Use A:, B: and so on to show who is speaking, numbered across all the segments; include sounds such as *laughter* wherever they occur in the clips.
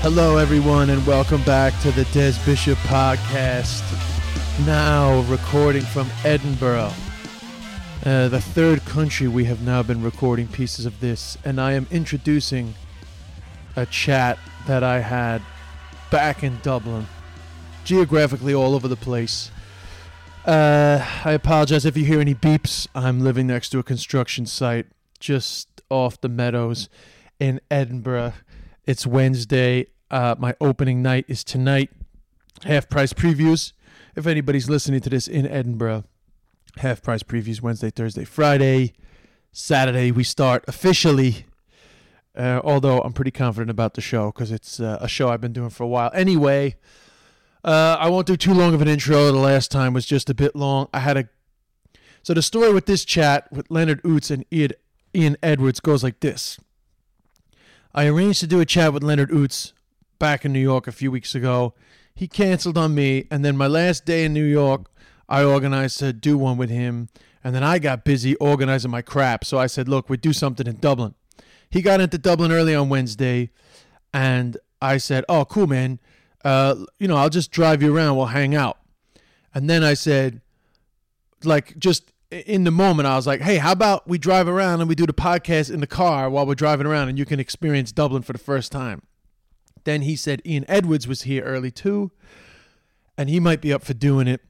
A: Hello, everyone, and welcome back to the Des Bishop podcast. Now recording from Edinburgh, uh, the third country we have now been recording pieces of this, and I am introducing a chat that I had back in Dublin, geographically all over the place. Uh, I apologize if you hear any beeps. I'm living next to a construction site just off the meadows in Edinburgh. It's Wednesday. Uh, my opening night is tonight. Half price previews. If anybody's listening to this in Edinburgh, half price previews Wednesday, Thursday, Friday. Saturday, we start officially. Uh, although I'm pretty confident about the show because it's uh, a show I've been doing for a while. Anyway, uh, I won't do too long of an intro. The last time was just a bit long. I had a so the story with this chat with Leonard Oots and Ian, Ian Edwards goes like this. I arranged to do a chat with Leonard Oots back in New York a few weeks ago. He canceled on me, and then my last day in New York, I organized to do one with him, and then I got busy organizing my crap. So I said, "Look, we do something in Dublin." He got into Dublin early on Wednesday, and I said, "Oh, cool, man. Uh, you know, I'll just drive you around. We'll hang out." And then I said, like just in the moment i was like hey how about we drive around and we do the podcast in the car while we're driving around and you can experience dublin for the first time then he said ian edwards was here early too and he might be up for doing it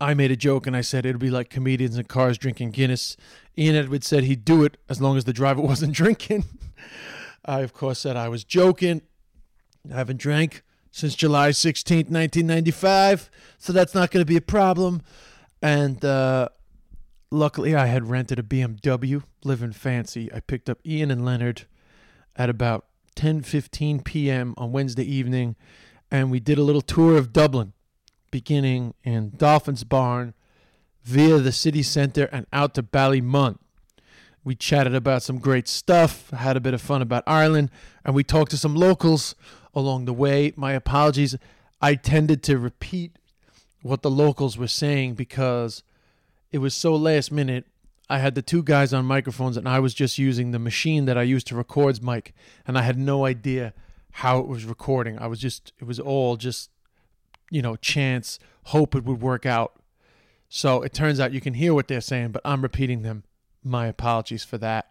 A: i made a joke and i said it'd be like comedians in cars drinking guinness ian edwards said he'd do it as long as the driver *laughs* wasn't drinking i of course said i was joking I haven't drank since July 16th, 1995, so that's not going to be a problem. And uh, luckily, I had rented a BMW, living fancy. I picked up Ian and Leonard at about 10:15 p.m. on Wednesday evening, and we did a little tour of Dublin, beginning in Dolphins Barn, via the city centre, and out to Ballymun. We chatted about some great stuff, had a bit of fun about Ireland, and we talked to some locals along the way. My apologies. I tended to repeat what the locals were saying because it was so last minute. I had the two guys on microphones and I was just using the machine that I used to record mic and I had no idea how it was recording. I was just it was all just you know, chance, hope it would work out. So it turns out you can hear what they're saying, but I'm repeating them. My apologies for that.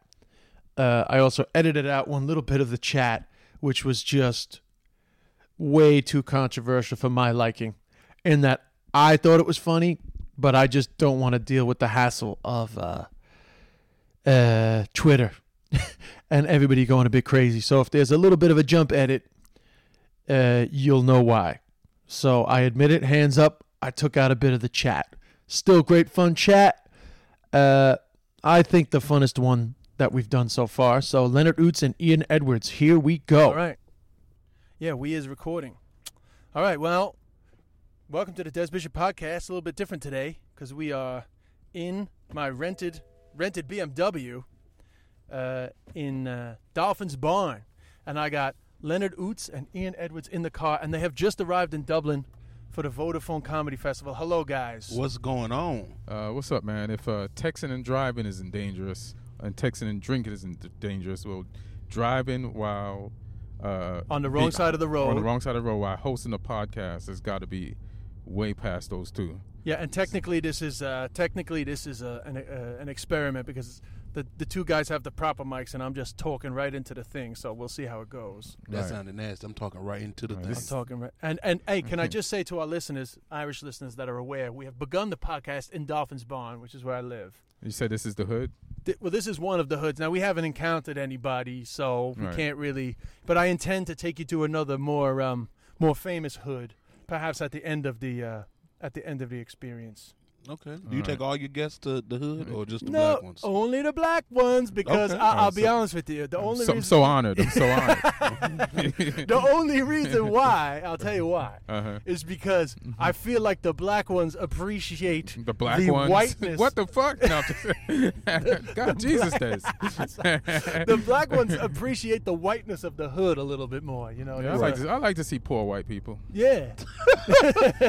A: Uh, I also edited out one little bit of the chat, which was just way too controversial for my liking, in that I thought it was funny, but I just don't want to deal with the hassle of uh, uh, Twitter *laughs* and everybody going a bit crazy. So if there's a little bit of a jump edit, uh, you'll know why. So I admit it, hands up. I took out a bit of the chat. Still great fun chat. Uh, I think the funnest one that we've done so far. So Leonard Oots and Ian Edwards, here we go.
B: All right. Yeah, we is recording. All right. Well, welcome to the Des Bishop podcast. A little bit different today because we are in my rented rented BMW uh, in uh, Dolphins Barn, and I got Leonard Oots and Ian Edwards in the car, and they have just arrived in Dublin for the Vodafone Comedy Festival. Hello, guys.
C: What's going on?
D: Uh, what's up, man? If uh, texting and driving isn't dangerous, and texting and drinking isn't d- dangerous, well, driving while uh,
B: On the wrong side of the
D: on the
B: road.
D: wrong side of the road while hosting a podcast has got to be way past those two.
B: Yeah, and technically this is uh, technically this is a, an, uh, an experiment because the the two guys have the proper mics and I'm just talking right into the thing. So we'll see how it goes.
C: That
D: Right.
C: sounded nasty. I'm talking right into the
B: I'm
C: thing.
B: talking right. And and hey, can
D: Mm-hmm.
B: I just say to our listeners, Irish listeners that are aware, we have begun the podcast in Dolphins Barn, which is where I live.
D: You said this is the hood.
B: Th- well, this is one of the hoods. Now we haven't encountered anybody, so we
D: Right.
B: can't really. But I intend to take you to another more um,
A: more famous hood, perhaps at the end of the uh, at the end of the experience.
C: Okay. Do you take all your guests to the hood or just the
A: no, Oh.
C: black ones?
A: only the black ones because
C: Okay.
A: I, I'll
D: Oh,
A: be
D: so-
A: honest with you. The only
D: so, I'm
A: reason,
D: so honored. I'm so
B: *laughs*
D: honored. *laughs*
A: the only reason why I'll tell you why
D: Uh-huh.
A: is because I feel like the black ones appreciate
D: The black
A: the
D: ones.
A: whiteness.
D: What the fuck? No, I'm
B: *laughs*
D: just- *laughs* God, Jesus days. *laughs*
A: the black ones appreciate the whiteness of the hood a little bit more. You know,
D: Yeah, I,
A: It's
D: like
A: a-
D: to, I like to see poor white people. *laughs*
A: yeah.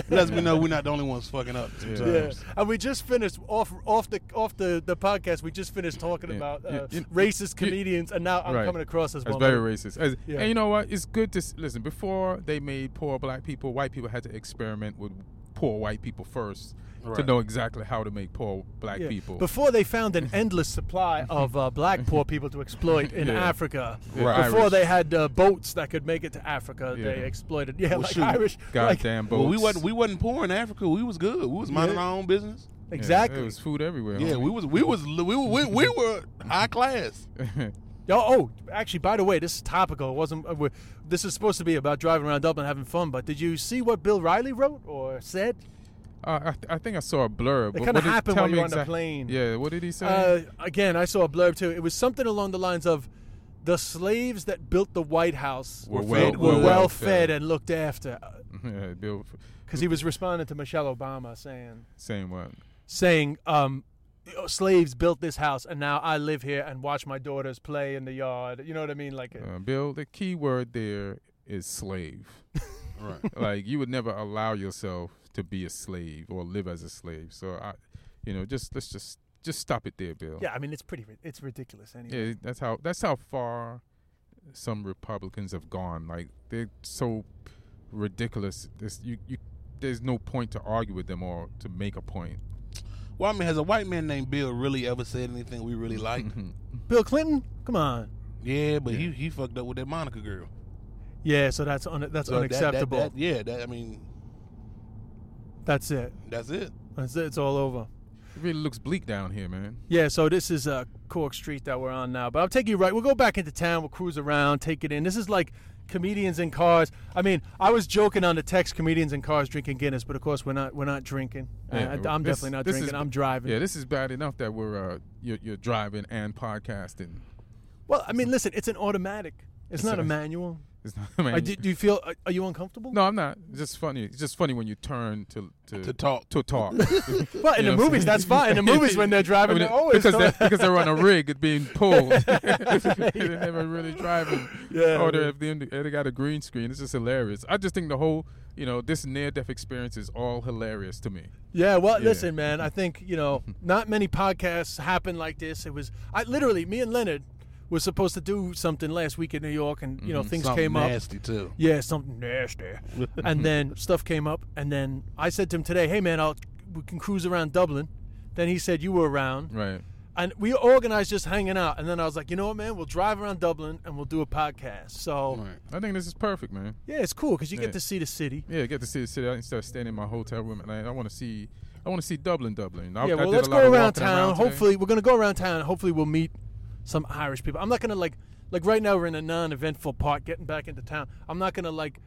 C: Let me know we're not the only ones fucking up. Sometimes.
A: Yeah. And we just finished off off the off the, the podcast. We just finished talking
D: Yeah.
A: about uh,
D: You- you-
A: racist comedians, and now I'm
D: Right.
A: coming across as
D: That's
A: one.
D: very racist. As-
A: Yeah.
D: And you know what? It's good to s- listen. Before they made poor black people, white people had to experiment with poor white people first to
C: Right.
D: know exactly how to make poor black
A: Yeah.
D: people.
A: Before they found an endless
D: *laughs*
A: supply of uh, black poor people to exploit in
D: Yeah.
A: Africa,
D: Right.
A: before
D: Irish.
A: they had uh, boats that could make it to Africa, they
D: Yeah.
A: exploited. Yeah,
C: Well,
A: like
C: shoot.
A: Irish. *laughs* like-
D: Goddamn boats.
C: Well, we wasn't we wasn't poor in Africa. We was good. We was minding
A: Yeah.
C: our own business.
D: Yeah,
A: exactly.
D: There was food everywhere.
C: Yeah,
D: homie.
C: we was we was we we, we, we were high class.
A: Yo- Oh, actually, by the way, this is topical. It wasn't. uh, we're- This is supposed to be about driving around Dublin having fun. But did you see what Bill Riley wrote or said?
D: Uh, I, th- I think I saw a blurb. but
A: kinda
D: what did-
A: happened
D: tell
A: while
D: me
A: you were on the
D: exact-
A: plane.
D: Yeah, what did he say?
A: Uh, again, I saw a blurb too. It was something along the lines of, "The slaves that built the White House
D: Were
A: fed-
D: well-
A: were
D: were
A: well
D: well
A: fed
D: fed."
A: and looked after,"
D: *laughs* yeah, Bill, f-
A: because he was responding to Michelle Obama saying,
D: same one.
A: saying, um, "Oh, "Slaves built this house, and now I live here and watch my daughters play in the yard." You know what I mean? Like,
D: Uh, Bill, the key word there is
A: *laughs*
D: slave.
C: Right.
D: like you would never allow yourself to be a slave or live as a slave. So I, you know, just let's just just stop it there, Bill.
A: yeah, I mean, it's pretty, ri- it's ridiculous anyway.
D: Yeah, that's how that's how far some Republicans have gone. Like they're so ridiculous. There's you, you there's no point to argue with them or to make a point.
C: Well, I mean, has a white man named Bill really ever said anything we really liked?
A: Bill Clinton, come on.
C: yeah, but he he fucked up with that Monica girl.
A: Yeah, so that's un- that's
C: So that- that-
A: unacceptable.
C: that- yeah, that I mean,
A: that's it.
C: that's it.
A: That's it. It's all over.
D: It really looks bleak down here, man.
A: Yeah, so this is uh, Cork Street that we're on now. But I'll take you right. We'll go back into town. We'll cruise around, take it in. This is like comedians in cars. I mean, I was joking on the text, comedians in cars drinking Guinness, but of course we're not. We're not drinking.
D: Yeah,
A: I, am
D: well, this-
A: definitely not
D: this
A: drinking.
D: is-
A: I'm driving.
D: Yeah, this is bad enough that we're uh, you're, you're driving and podcasting.
A: Well, I mean, listen, it's an automatic. It's not a manual.
D: It's not, I mean,
A: I, do, do you feel? Are, are you uncomfortable?
D: no, I'm not. It's just funny. It's just funny when you turn to to,
C: To talk.
A: *laughs*
D: to talk.
A: Well, in
D: You
A: the
D: know what I'm
A: movies,
D: saying?
A: that's fine. In the movies, when they're
D: *laughs* I
A: driving,
D: mean,
A: they're always
D: because
A: talking.
D: they're, because they're on a rig being
A: *laughs*
D: pulled. *laughs* they're never really driving.
A: Yeah,
D: or they're, if they they got a green screen. It's just hilarious. I just think the whole you know this near death experience is all hilarious to me.
A: *laughs* Yeah, well, listen, man. I think you know, not many podcasts happen like this. It was, I literally, me and Leonard were supposed to do something last week in New York, and you know,
D: Mm-hmm.
A: things
C: Something
A: came up.
C: nasty too.
A: Yeah, something
D: *laughs*
A: nasty. and then stuff came up, and then I said to him today, "Hey, man, I'll we can cruise around Dublin." Then he said you were around,
D: Right.
A: and we organized just hanging out. And then I was like, you know what, man, we'll drive around Dublin and we'll do a podcast. So
C: Right.
D: I think this is perfect, man.
A: yeah, it's cool because you
D: Yeah.
A: get to see the city.
D: Yeah, get to see the city instead of staying in my hotel room at night. I want to see. I want to see Dublin, Dublin. I,
A: yeah,
D: I
A: well,
D: did
A: let's
D: a lot
A: go
D: of
A: around
D: walking
A: town.
D: around today.
A: Hopefully, we're gonna go around town. Hopefully, we'll meet some Irish people. I'm not gonna like like right now we're in a non-eventful part getting back into town. I'm not gonna like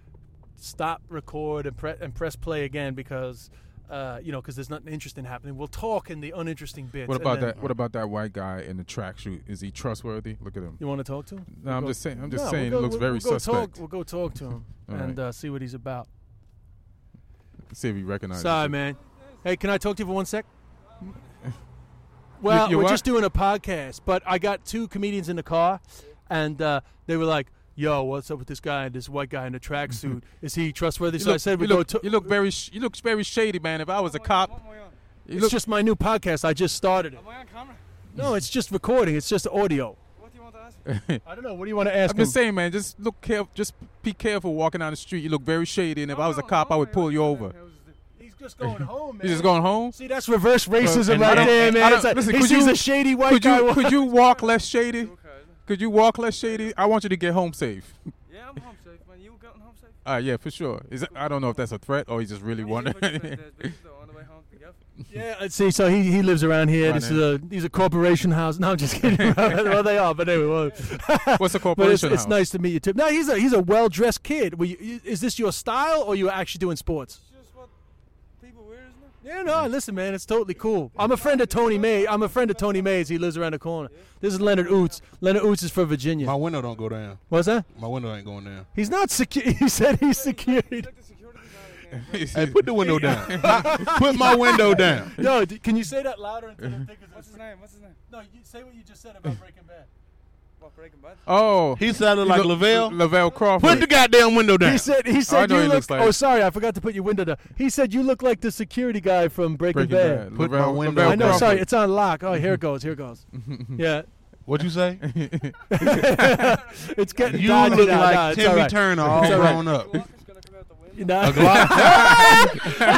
A: stop, record, and, pre- and press play again because uh, you know because there's nothing interesting happening. We'll talk in the uninteresting bits.
D: What
A: and
D: about
A: then-
D: that? What about that white guy in the tracksuit? Is he trustworthy? Look at him.
A: You want to talk to him?
D: No, I'm just saying. I'm just
A: No,
D: saying.
A: we'll
D: it
A: go-
D: looks
A: we'll-
D: very
A: we'll go
D: suspect.
A: Talk, we'll go talk to him
D: *laughs* All
A: and
D: right.
A: uh, see what he's about.
D: See if he recognizes.
A: Sorry,
D: it.
A: man. Hey, can I talk to you for one sec? Well,
D: you
A: we're
D: what?
A: just doing a podcast, but I got two comedians in the car, and uh, they were like, "Yo, what's up with this guy and this white guy in the
D: *laughs*
A: tracksuit? Is he trustworthy?"
D: You
A: so I
D: look-
A: said, "We
D: you
A: go
D: look,
A: to."
D: you look very, sh- you look very shady, man. If I was a cop, you
A: it's
D: look-
A: just my new podcast. I just started it.
E: Am I on camera?
A: No, it's just recording. It's just audio.
E: What do you want to ask?
A: *laughs* I don't know. What do you want to ask
D: I'm just
A: him?
D: saying, man. Just look careful. Just be careful walking down the street. You look very shady, and if I was a
E: No,
D: cop, I
E: no,
D: would
E: no,
D: pull
E: no,
D: you
E: no,
D: over.
E: no, it was the-
A: He's just *laughs* going home, man.
D: You just going home?
A: See, that's reverse racism
D: And I
A: right
D: don't-
A: there,
D: and I
A: man.
D: don't-
A: It's like,
D: listen,
A: he
D: could
A: sees
D: you-
A: a shady white
D: Could
A: guy.
D: you,
A: wa-
D: could *laughs* you walk less shady?
E: Okay.
D: Could you walk less shady? I want you to get home safe.
E: Yeah, I'm home safe, man. You
A: *laughs*
E: getting home safe?
D: Uh, yeah, for sure. Is that, I don't know if that's a threat or he just really
E: I need you
D: wanted.
E: for different days, but this is the only way home. Gav.
A: *laughs* Yeah, let's see. So he, he lives around here.
D: Right
A: This is a these are corporation house. No, I'm just kidding. *laughs* well, they are, but anyway. Well, *laughs*
D: *laughs* What's a
A: but it's,
D: corporation
A: it's
D: house?
A: nice to meet you too. No, he's a he's a well dressed kid. Were you, you- is this your style, or you were actually doing sports?
E: It's just what people wear, isn't it?
A: Yeah, no. Listen, man, it's totally cool. I'm a friend of Tony May. I'm a friend of Tony Mays. He lives around the corner. This is Leonard Oots. Leonard Oots is from
C: My
A: Virginia.
C: window don't go down.
A: What's that?
C: My window ain't going down.
A: He's not secure. *laughs* He said he's security.
E: Like the security guy again.
C: Hey, put
A: *laughs*
C: the window down. *laughs* put my window down.
A: Yo, d- can you say that louder until
D: Mm-hmm.
A: the thickers?
E: What's his name? What's his name?
A: No, you say what you just said about Breaking Bad.
E: What, Breaking Bad?
D: *laughs* oh,
C: He sounded like
D: La-
C: Lavelle.
D: Lavelle Crawford.
C: Put the goddamn window down.
A: He
C: *laughs*
A: said. He said
D: know
A: you
D: he
A: look.
D: looks like-
A: oh, sorry, I forgot to put your window down. He said you look like the security guy from Breaking,
D: Breaking
A: Bad.
D: Bad.
C: Put my
D: Lavelle,
C: window
D: Lavelle
A: I know.
C: Bad.
A: Sorry,
D: Crawford.
A: it's on lock. Oh, here it goes. Here it goes. yeah, *laughs*
C: What'd you say?
A: it's getting.
C: *laughs* You
A: dodgy
C: look
A: now.
C: like
A: Nah, it's
C: Timmy
A: all right.
C: Turner all
A: It's all right.
C: grown up.
E: Walker's gonna come out the
A: *laughs* Nah.
E: window.
C: Glock.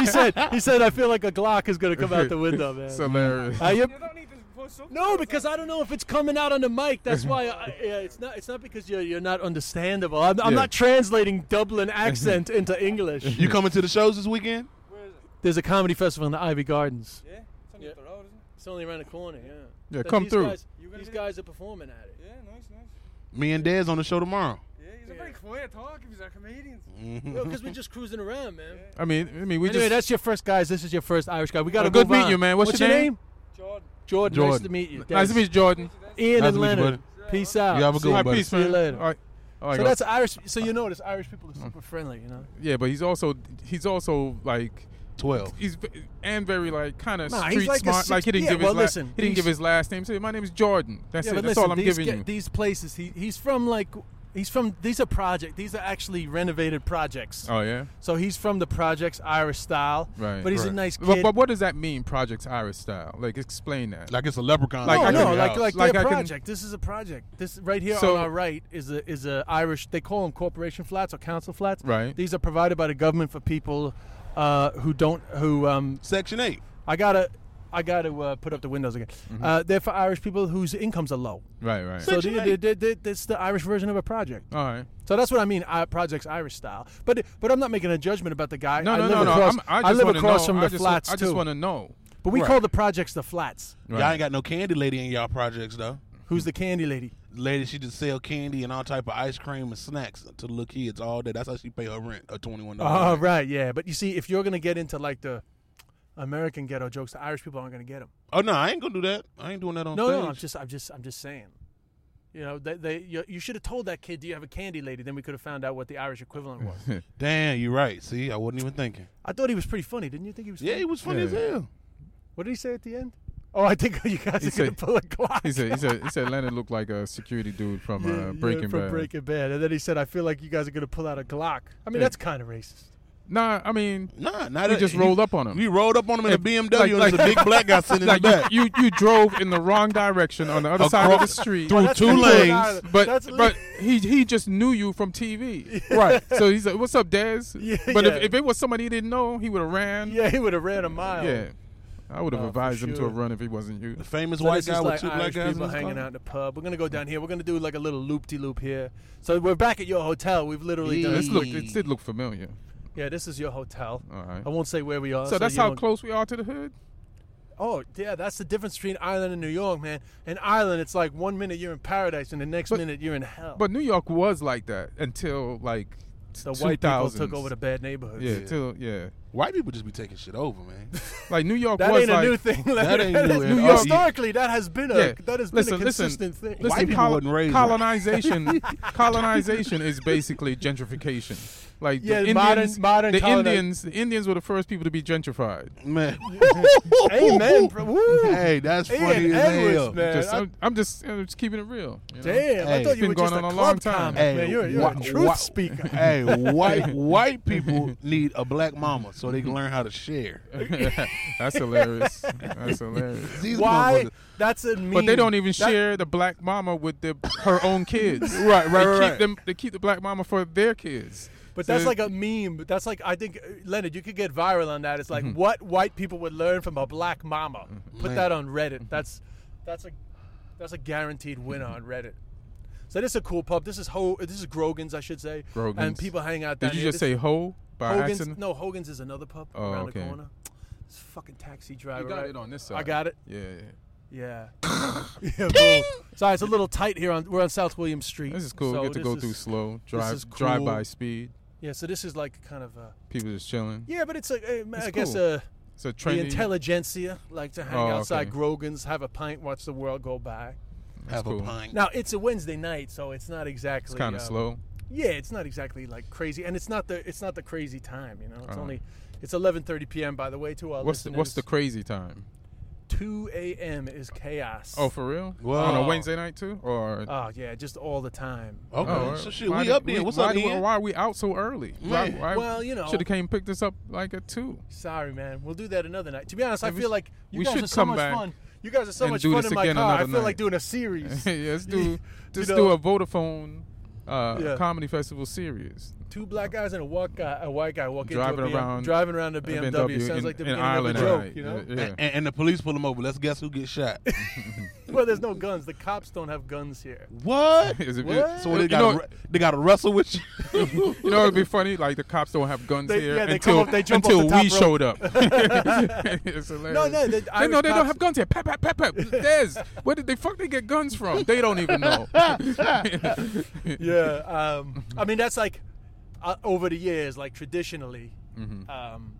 A: *laughs* he said. He said. I feel like a Glock is gonna come out the window, man.
D: *laughs* It's hilarious.
A: Are you-
E: You don't need to put something.
A: No, because I don't know if it's coming out on the mic. That's why I, I- yeah, it's not. It's not because you're you're not understandable. I'm, I'm
D: Yeah.
A: not translating Dublin accent into English.
C: *laughs* You coming to the shows this weekend?
E: Where is it?
A: There's a comedy festival in the Ivy Gardens.
E: Yeah? It's on
A: Yeah.
E: the road, isn't
A: It's only around the corner. Yeah.
D: Yeah,
A: But
D: come
A: these
D: through.
A: Guys,
E: You gonna
A: these
E: do
A: guys are performing at it.
E: it? Yeah, nice, nice.
C: Me and Dad's on the show tomorrow.
E: Yeah, he's a very quiet talker. He's a comedian.
A: Mm. Because we're just cruising around, man.
D: I mean, I mean, Mm-hmm.
A: anyway,
D: we just
A: that's your first guys. This is your first Irish guy. We got to
D: Oh, good
A: move
D: meeting
A: on.
D: you, man. What's your name?
E: Jordan.
A: Jordan, Nice
C: Jordan.
A: to meet you.
D: nice to meet you, Jordan.
A: you. Ian
C: Nice
A: and
C: to meet you,
A: Leonard. Peace out.
C: You have a
A: See
C: good
D: All
C: one,
D: right,
C: buddy.
D: peace,
A: See you
D: man.
A: later.
D: All right. All right, Mm.
A: So
D: guys.
A: that's Irish. So you notice Irish people are super friendly, you know.
D: yeah, but he's also he's also like
C: Twelve.
D: he's v- and very like kind of
A: Nah, he's
D: street
A: like a
D: smart.
A: six-
D: like he didn't
A: yeah,
D: give his
A: well,
D: la-
A: listen,
D: he didn't give
A: these-
D: his last name. Say my name is Jordan. That's
A: yeah,
D: it.
A: but
D: That's
A: listen,
D: all I'm
A: these,
D: giving
A: ga-
D: you.
A: these places, he, he's from like, he's from. These are project. These are actually renovated projects.
D: oh yeah,
A: So he's from the projects Irish style.
D: right.
A: But he's a
D: right.
A: nice
D: But,
A: kid.
D: but what does that mean, Project Irish style? Like explain that.
C: Like it's a leprechaun.
D: Like,
A: no,
D: I
A: no,
D: can-
A: like like,
D: like
A: their
D: I can-
A: project. this is a project. This right here
D: So-
A: on our right is a is a Irish. They call them corporation flats or council flats.
D: Right.
A: These are provided by the government for people uh, who don't who um,
C: Section eight.
A: I gotta I gotta uh, put up the windows again. Uh, they're for Irish people whose incomes are low.
D: Mm-hmm. right, right.
A: So
C: Section
A: they,
C: eight.
A: they, they, that's the Irish version of a project.
D: all right.
A: So that's what I mean, uh, projects Irish style. But but I'm not making a judgment about the guy.
D: No,
A: I
D: no,
A: live
D: no, no.
A: across,
D: I'm- I, just
A: live
D: wanna
A: across
D: know.
A: from
D: I
A: the
D: just,
A: flats
D: I just
A: too.
D: want to know.
A: but we call the projects the flats.
C: Y'all ain't got no candy lady in y'all projects though.
A: Who's the candy lady?
C: Lady, she just sell candy and all type of ice cream and snacks to little kids all day. That's how she pay her rent, a twenty one
A: Oh,
C: dollars.
A: right, yeah. But you see, if you're going to get into like the American ghetto jokes, the Irish people aren't going to get them.
C: Oh no, I ain't gonna do that. I ain't doing that on
A: No,
C: stage.
A: no, I'm just, I'm just, I'm just saying. You know, they, they, you, you should have told that kid, "Do you have a candy lady?" Then we could have found out what the Irish equivalent
D: *laughs*
A: was.
C: Damn, you right. See, I wasn't even thinking.
A: I thought he was pretty funny. Didn't you think he was?
C: Yeah,
A: funny?
C: he was funny
D: Yeah.
C: as hell.
A: What did he say at the end? Oh, I think *laughs* you guys
D: He
A: are going
D: said-
A: to pull a clock.
D: He said, he said, he said, Leonard looked like a security dude from
A: Yeah, *laughs* yeah,
D: uh, Breaking
A: from
D: Bad.
A: Breaking Bad, and then he said, "I feel like you guys are going to pull out a Glock." I mean,
D: Yeah.
A: that's kind of racist. *laughs*
D: Nah, I mean,
C: Nah, not
D: We just rolled up on him.
C: We rolled up on him in a BMW,
D: like-
C: and
D: like-
C: there's a big black guy
D: *laughs*
C: sitting
D: like
C: in the back.
D: you, you, you drove in the wrong direction on the other side of the
C: Across-
D: street.
C: through
A: that's
C: two
A: the
C: lanes.
A: Florida Island.
D: But
A: That's-
D: but he he just knew you from TV, right? So he's like, "What's up, Daz?"
A: Yeah,
D: but
A: yeah.
D: If, if it was somebody he didn't know, he would have ran.
A: yeah, he would have ran a mile.
D: Yeah. I would have
A: Oh, for
D: advised him to
A: sure.
D: have run if he wasn't you.
C: the famous
A: So
C: white
A: this is
C: guy with
A: like
C: two black
A: Irish
C: guys
A: people
C: in his
A: hanging
C: car.
A: out in the pub. We're gonna go down here. We're gonna do like a little loop de loop here. So we're back at your hotel. We've literally
C: Yeah,
A: done.
D: This looked it did look familiar.
A: Yeah, this is your hotel.
D: All right.
A: I won't say where we are.
D: So that's
A: you
D: how
A: don't-
D: close we are to the hood.
A: Oh yeah, that's the difference between Ireland and New York, man. In Ireland, it's like one minute you're in paradise, and the next
D: But-
A: minute you're in hell.
D: But New York was like that until like
A: the white people
D: 2000s.
A: took over the bad neighborhoods.
D: yeah, till yeah.
C: White people just be taking shit over, man. *laughs*
D: Like New York
A: That
D: was
A: ain't a
D: like
A: new thing. *laughs*
C: That ain't
A: is-
C: new at
A: New
C: all.
A: York- Historically, that has been a
D: Yeah.
A: that has
D: listen,
A: been a consistent
D: listen,
A: thing.
D: Listen,
C: White people
D: col-
C: wasn't raised right.
D: colonization.
A: *laughs*
D: colonization is basically gentrification. Like
A: Yeah,
D: the Indians,
A: modern- modern
D: the
A: coloni-
D: Indians, the Indians were the first people to be gentrified.
C: man.
A: Amen, bro. Woo.
C: Hey, that's funny
A: Ian
C: as
A: Edwards,
C: hell.
A: man.
D: Just-
A: I-
D: I'm, I'm just, I'm just keeping it real. you know?
A: Damn,
C: Hey,
A: I thought
C: it's
A: you
D: been
A: were
D: going
A: just a
D: on a
A: club
D: long time.
A: comic, man. You're, you're
C: whi-
A: a truth
C: whi- *laughs*
A: speaker.
C: Hey, white white people need a black mama so they can learn how to share.
D: That's hilarious.
A: *laughs*
D: That's hilarious.
C: These
A: Why?
C: motherfuckers-
A: That's a meme.
D: But they don't even share the black mama with the, her
A: *laughs*
D: own kids.
C: Right, right,
D: they
C: right,
D: Keep
C: right.
D: Them, they keep the black mama for their kids.
A: But
D: So
A: that's
D: they-
A: like a meme. But That's like I think uh, Leonard, you could get viral on that. It's like
D: Mm-hmm.
A: what white people would learn from a black mama. Put that on
D: Mm-hmm.
A: Reddit. That's that's a that's a guaranteed winner on Reddit. So this is a cool pub. This is Ho. This is Grogan's, I should say.
D: Grogan's.
A: And people hang out. Down
D: Did you
A: here.
D: just
A: This-
D: say ho by
A: Hogan's?
D: accident?
A: No, Hogan's is another pub
D: Oh,
A: around
D: okay.
A: the corner. This fucking taxi
D: I
A: driver.
D: got
A: right?
D: it on this side.
A: I got it.
D: Yeah, yeah.
A: Yeah. *laughs* yeah bro. Sorry, it's a little tight here. On we're on South William Street.
D: This is cool.
A: So
D: Get to
A: this
D: go
A: is-
D: through slow. Drive
A: is
D: drive
A: cool.
D: by speed.
A: Yeah, so this is like kind of a.
D: People just chilling.
A: Yeah, but it's like uh, I
D: It's
A: guess
D: cool.
A: uh,
D: It's a trendy.
A: the intelligentsia like to hang
D: Oh,
A: outside
D: okay.
A: Grogan's, have a pint, watch the world go by.
D: that's
C: Have
D: cool.
C: a pint.
A: Now it's a Wednesday night, so it's not exactly.
D: It's kind
A: uh,
D: of slow.
A: Yeah, it's not exactly like crazy, and it's not the it's not the crazy time. You know, it's
D: Uh-huh.
A: only it's 11:30 p.m. By the way, to our
D: What's the, what's the
A: listeners.
D: crazy time?
A: 2 a.m. is chaos.
D: Oh, for real?
C: Whoa.
D: On a Wednesday night too, or
A: Oh yeah, just all the time.
C: Okay,
D: Oh, all
C: so
D: right.
C: shit,
D: Why
C: we
D: did-
C: up there. What's
D: why
C: up,
D: do-
C: Ian?
D: Why we out so early? Why,
C: Yeah.
D: why
A: Well, you know.
D: should have came and picked us up like
A: *laughs*
D: at two. *laughs*
A: Sorry, man. We'll do that another night. To be honest, I
D: we
A: feel
D: sh-
A: like you
D: we
A: guys
D: should
A: are so
D: come
A: much
D: back
A: fun. You guys are so
D: and
A: much
D: do
A: fun
D: this
A: in my
D: again
A: car. I feel
D: another
A: like
D: night.
A: doing a
D: *laughs*
A: series.
D: yeah, let's do just
A: know-
D: do a Vodafone uh,
A: Yeah.
D: comedy festival series.
A: Two black guys and a white guy, a white guy walk
D: Driving
A: into a BM,
D: around-
A: driving around a
D: a
A: BMW. Sounds
D: in-
A: like the
D: in
A: beginning
D: Ireland
A: of a joke,
D: at night.
A: you
D: *laughs*
A: know?
D: Yeah, yeah.
C: And, and the police pull him over. Let's guess who gets shot.
A: Well, there's no guns. The cops don't have guns
D: *laughs*
A: here.
C: *laughs* what?
D: Is it-
C: So they
D: you
C: got
D: know-
C: to they got to wrestle
D: *laughs*
C: with you.
D: You know, it'd be funny. Like the cops don't have guns
A: They-
D: here
A: yeah, they come
D: until
A: up- they jump off the
D: until
A: top
D: we
A: rope. *laughs*
D: showed up. it's hilarious.
A: No, no, the
D: they,
A: Irish
D: no, they don't
A: cops-
D: have guns here. Pep, pep, pep, pep. There's where did they fuck they get guns from? They don't
A: *laughs*
D: even know.
A: Yeah. Um, I mean, that's like uh, over the years, like traditionally,
D: Mm-hmm.
A: um,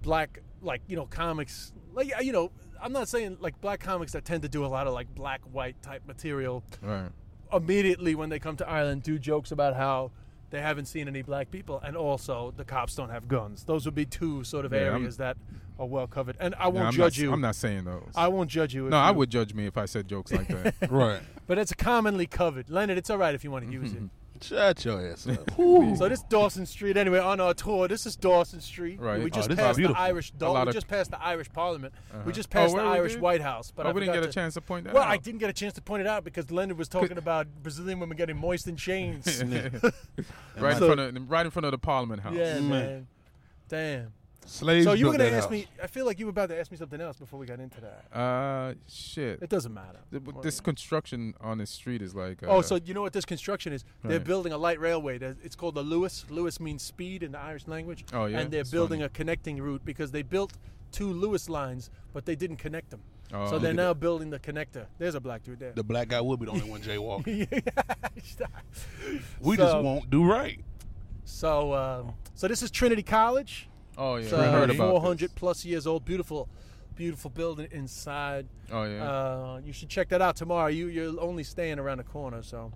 A: black, like you know, comics, like you know, I'm not saying like black comics that tend to do a lot of like black white type material.
D: right.
A: immediately when they come to Ireland do jokes about how they haven't seen any black people and also the cops don't have guns. Those would be two sort of
D: Yeah, I'm-
A: areas that are well covered. And I won't
D: Yeah, I'm
A: judge
D: not,
A: you.
D: I'm not saying those.
A: I won't judge you. if
D: no, I
A: you-
D: would judge me if I said jokes like
A: *laughs*
D: that.
C: right.
A: But it's commonly covered. Leonard, it's all right if you want to use
D: Mm-hmm.
A: it.
C: Shut your ass
D: *laughs*
C: up.
A: So this Dawson Street, anyway, on our tour, this is Dawson Street.
D: Right.
A: We
D: Oh,
A: just
C: this is
A: passed the
C: beautiful.
A: Irish.
D: A
A: Dol-
D: lot
A: we
D: of-
A: just passed the Irish Parliament. We just
D: Oh,
A: passed the
D: where we
A: Irish
D: did?
A: White House. But
D: Oh,
A: I
D: we didn't
A: forgot
D: get a chance to point that
A: Well,
D: out.
A: I didn't get a chance to point it out because Leonard was talking about Brazilian women getting moist in chains.
D: *laughs*
A: *laughs*
D: right
A: So-
D: in front of right in front of the Parliament House.
A: Yeah, man. Damn.
C: Slaves.
A: So you were
C: built
A: gonna
C: that
A: ask
C: house.
A: me? I feel like you were about to ask me something else before we got into that.
D: Uh, shit.
A: It doesn't matter.
D: Th- but This construction on this street is like. Uh,
A: Oh, so you know what this construction is? They're
D: Right.
A: building a light railway. There's- It's called the Lewis. Lewis means speed in the Irish language.
D: Oh, yeah?
A: And they're
D: That's
A: building
D: funny.
A: a connecting route because they built two Lewis lines, but they didn't connect them.
D: Oh,
A: so
D: look
A: they're
D: at
A: now building the connector. There's a black dude there. *laughs*
C: The black guy would be the only one
D: *laughs*
C: jaywalking.
A: we
C: We just won't do right.
A: So, um, so this is Trinity College.
D: Oh yeah.
A: So
D: I heard about
A: 400
D: this.
A: uh, plus years old, beautiful, beautiful building inside.
D: Oh yeah.
A: Uh, you should check that out tomorrow. You you're only staying around the corner, so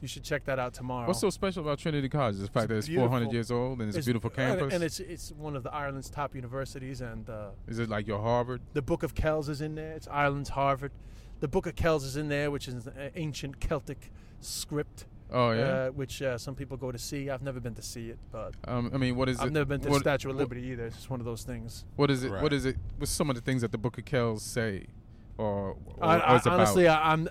A: you should check that out tomorrow.
D: What's so special about Trinity College? is The fact that it's 400
A: beautiful.
D: years old and it's, a beautiful
A: and-
D: campus.
A: and, it's it's one of the Ireland's top universities, and uh,
D: is it like your Harvard?
A: the Book of Kells is in there. It's Ireland's Harvard. The Book of Kells is in there, which is an ancient Celtic script.
D: Oh, yeah?
A: uh, which uh, some people go to see. I've never been to see it, but
D: Um, I mean, what is it?
A: I've never been to the
D: what-
A: Statue of
D: what-
A: Liberty either. It's just one of those things.
D: What is it?
C: Right.
D: What is it? What's some of the things that the Book of Kells say, or, or,
A: I,
D: or
A: I,
D: it's
A: honestly,
D: about?
A: I, I'm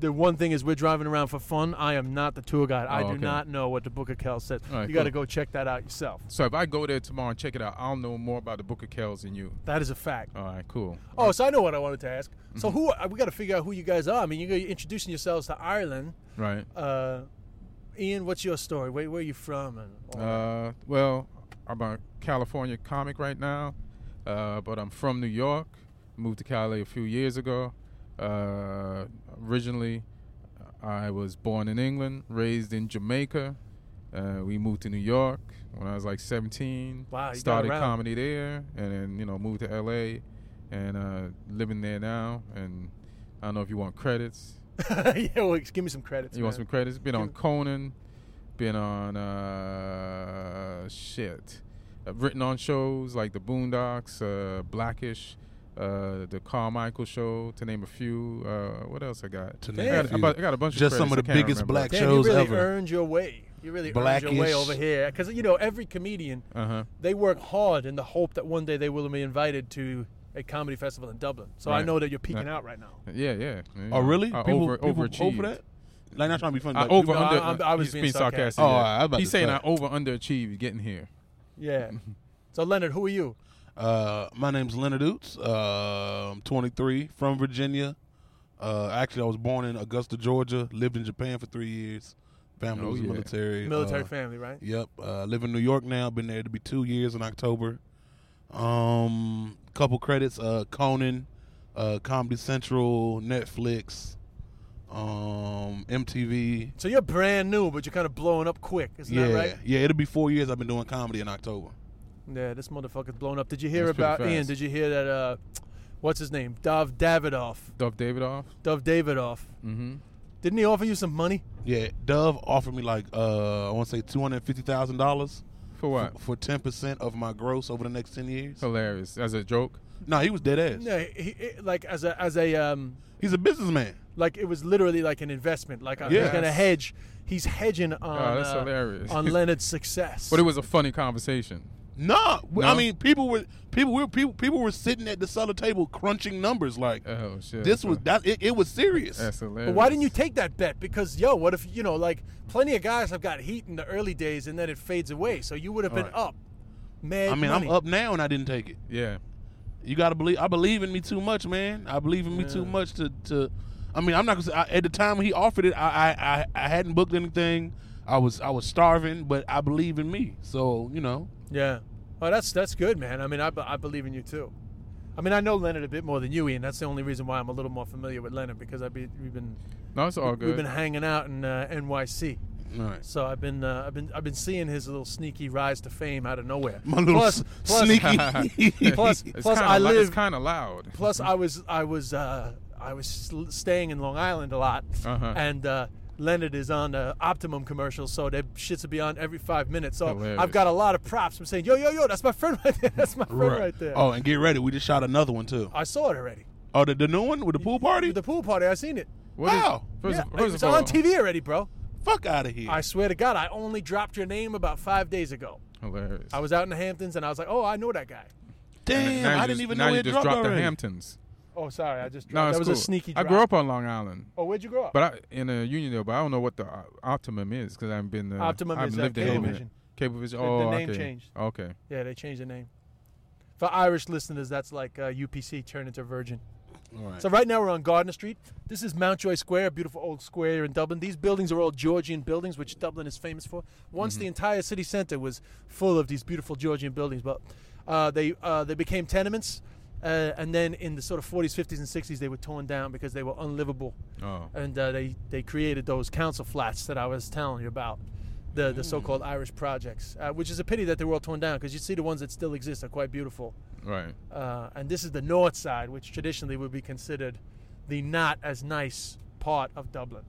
A: the one thing is we're driving around for fun. I am not the tour guide. I
D: Oh,
A: do
D: okay.
A: not know what the Book of Kells said.
D: All right,
A: you got to
D: cool.
A: go check that out yourself.
D: so if I go there tomorrow and check it out, I'll know more about the Book of Kells than you.
A: That is a fact.
D: All right, cool.
A: Oh, so I know what I wanted to ask. So
D: Mm-hmm.
A: who uh, we got to figure out who you guys are. I mean, you're introducing yourselves to Ireland.
D: Right.
A: Uh, Ian, what's your story? Where, where are you from? And all that?
D: Uh, well, I'm a California comic right now, uh, but I'm from New York. Moved to Cali a few years ago. Uh, originally, I was born in England, raised in Jamaica. Uh, we moved to New York when I was like 17.
A: Wow, you got
D: started
A: around.
D: comedy there, and then you know moved to LA, and uh, living there now. And I don't know if you want credits.
A: *laughs* yeah, well, give me some credits.
D: Uh, You want
A: man.
D: some credits? Been on Conan, been on uh shit. I've written on shows like The Boondocks, uh, Blackish, uh, The Carmichael Show, to name a few. Uh, what else I got?
C: To
D: I
C: name a
D: got, I
C: few.
D: bu- I got a bunch
C: Just
D: of
C: some
D: credits,
C: of the
D: I can't
C: biggest
D: remember.
C: black
A: Damn,
C: shows
A: you really
C: ever.
A: earned your way. You really earned your way
C: Blackish.
A: over here because you know every comedian
D: Uh-huh.
A: they work hard in the hope that one day they will be invited to a comedy festival in Dublin. So I
D: Right.
A: know that you're peeking
D: Yeah.
A: out right now.
D: Yeah, yeah. You
C: Oh,
D: know,
C: really?
D: I
C: people,
D: over,
C: people
D: overachieved.
C: over that? Like, not trying to be funny.
D: I
C: but
D: over
A: No,
D: under.
A: I'm- I was
D: he's
A: being
D: being sarcastic.
A: sarcastic.
C: Oh,
D: yeah.
C: I- I was about
D: he's
C: to
D: saying
C: say.
D: I over underachieved getting here.
A: Yeah. so Leonard, who are you?
C: Uh, my name's Leonard Oots. Uh, I'm 23, from Virginia. Uh, actually, I was born in Augusta, Georgia. Lived in Japan for three years. Family
D: Oh,
C: was
D: yeah.
C: military.
A: Military
C: uh,
A: family, right?
C: Yep. Uh, live in New York now. Been there to be two years in October. Um, couple credits: uh, Conan, uh, Comedy Central, Netflix, um, MTV.
A: So you're brand new, but you're kind of blowing up quick. Isn't
C: yeah,
A: that right?
C: yeah. It'll be four years I've been doing comedy in October.
A: Yeah, this motherfucker's blown up. Did you hear
D: That's pretty
A: about Ian?
D: fast.
A: Did you hear that? Uh, what's his name? Dov Davidoff.
D: Dove Davidoff.
A: Dov Davidoff.
D: Mm-hmm.
A: Didn't he offer you some money?
C: Yeah, Dove offered me like uh, I want to say two hundred fifty thousand dollars
D: For what?
C: for ten percent of my gross over the next ten years.
D: Hilarious. As a joke.
C: No, he was dead ass.
A: Oh. No, he, he- like as a as a um,
C: He's a businessman.
A: like it was literally like an investment. Like uh, he's
C: Yes. Oh,
A: gonna hedge. He's hedging on
D: that's
A: uh,
C: *laughs*
D: hilarious.
A: on Leonard's success.
D: But it was a funny conversation.
C: Nah, w- I
D: No?
C: mean people were people were people, people were sitting at the cellar table crunching numbers
A: Uh-huh.
C: like
D: Oh shit.
C: this was that it, it was serious.
D: That's hilarious.
A: But why didn't you take that bet? Because yo, what if you know like plenty of guys have got heat in the early days and then it fades away. So you would have been
C: Right.
A: up. Man,
C: I mean, I'm up now and I didn't take it.
D: Yeah.
C: You got to believe. I believe in me too much, man. I believe in me too much to to. I mean, I'm not gonna. Say, I, at the time he offered it, I, I I I hadn't booked anything. I was I was starving, but I believe in me. So you know,
A: Yeah. Oh, that's that's good, man. I mean, I, be- I believe in you too. I mean, I know Leonard a bit more than you, Ian. That's the only reason why I'm a little more familiar with Leonard because I've been we've been
D: No, it's all good.
A: we've been hanging out in uh, NYC.
C: all right.
A: So I've been uh, I've been I've been seeing his little sneaky rise to fame out of nowhere.
C: My little
A: Plus-
C: s-
A: plus-
C: *laughs* sneaky.
A: *laughs*
D: *laughs*
A: plus
D: it's
A: plus
D: kinda
A: I
D: lou-
A: live
D: It's kind of loud.
A: plus I was I was uh, I was sl- staying in Long Island a lot,
D: Uh-huh.
A: and uh, Leonard is on uh, Optimum commercials, so their shits will be on every five minutes. So
D: Hilarious.
A: I've got a lot of props. I'm saying, yo yo yo, that's my friend right there. *laughs* That's my friend right, there.
C: Oh, and get ready. We just shot another one too.
A: I saw it already.
C: Oh, the, the new one with the pool party.
A: The pool party, I seen it.
D: What is-
C: Wow.
D: first
A: yeah,
D: of, first
A: it's
D: of all,
A: on TV already, bro.
C: Fuck out of here.
A: I swear to God, I only dropped your name about five days ago.
D: Hilarious.
A: I was out in the Hamptons, and I was like, oh, I know that guy.
C: Damn,
D: now you
C: I
D: just-
C: didn't even
D: now
C: know
D: you
C: it
D: just
C: dropped,
D: dropped the
C: already.
D: Hamptons.
A: Oh, sorry, I just dropped.
D: No, it's
A: that was
D: cool.
A: a sneaky.
D: I
A: Drop.
D: grew up on Long Island.
A: Oh, where'd you grow up?
D: But I, in a Uniondale, but I don't know what the uh, Optimum is because I've been uh,
A: Optimum
D: I've
A: is, uh,
D: lived in
A: Cablevision.
D: Cablevision.
A: the
D: Oh,
A: name
D: okay.
A: changed.
D: Okay.
A: yeah, they changed the name. For Irish listeners, that's like uh, UPC turned into Virgin.
C: All right.
A: So right now we're on Gardner Street. This is Mountjoy Square, a beautiful old square in Dublin. These buildings are all Georgian buildings, which Dublin is famous for. Once the entire city centre was full of these beautiful Georgian buildings, but uh, they uh, they became tenements, uh, and then in the sort of 40s, 50s, and 60s they were torn down because they were unlivable,
D: Oh.
A: and uh, they they created those council flats that I was telling you about. The, the so-called Irish projects, uh, which is a pity that they were all torn down because you see the ones that still exist are quite beautiful
D: Right.
A: uh, and this is the north side, which traditionally would be considered the not as nice part of Dublin.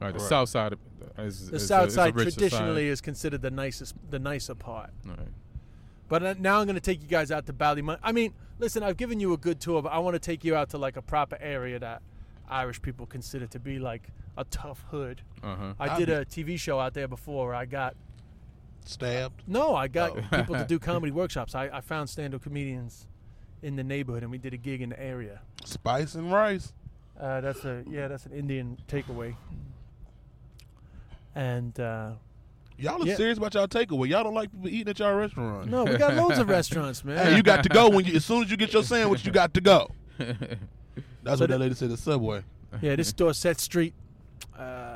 D: Right. The South Side is
A: The
D: is a-
A: south
D: is a
A: side
D: richer
A: traditionally is considered the nicest, the nicer part.
D: All right.
A: But uh, now I'm going to take you guys out to Ballymun. I mean, listen, I've given you a good tour, but I want to take you out to like a proper area that Irish people consider to be like a tough hood.
D: Uh huh.
A: I did a TV show out there before where I got
C: Stabbed.
A: No, I got
D: Oh.
A: people to
D: *laughs*
A: do comedy workshops. I, I found stand-up comedians in the neighborhood, and we did a gig in the area.
C: Spice and rice.
A: Uh, that's a yeah, that's an Indian takeaway. And uh,
C: Y'all are
A: Yeah.
C: serious about y'all takeaway. Y'all don't like people eating at y'all restaurant.
A: no, we got loads
D: *laughs*
A: of restaurants,
C: Hey,
A: man.
C: you got to go when you as soon as you get your sandwich, you got
A: *laughs*
C: to go. That's what that lady said at Subway.
A: yeah, this is Dorset Street, uh,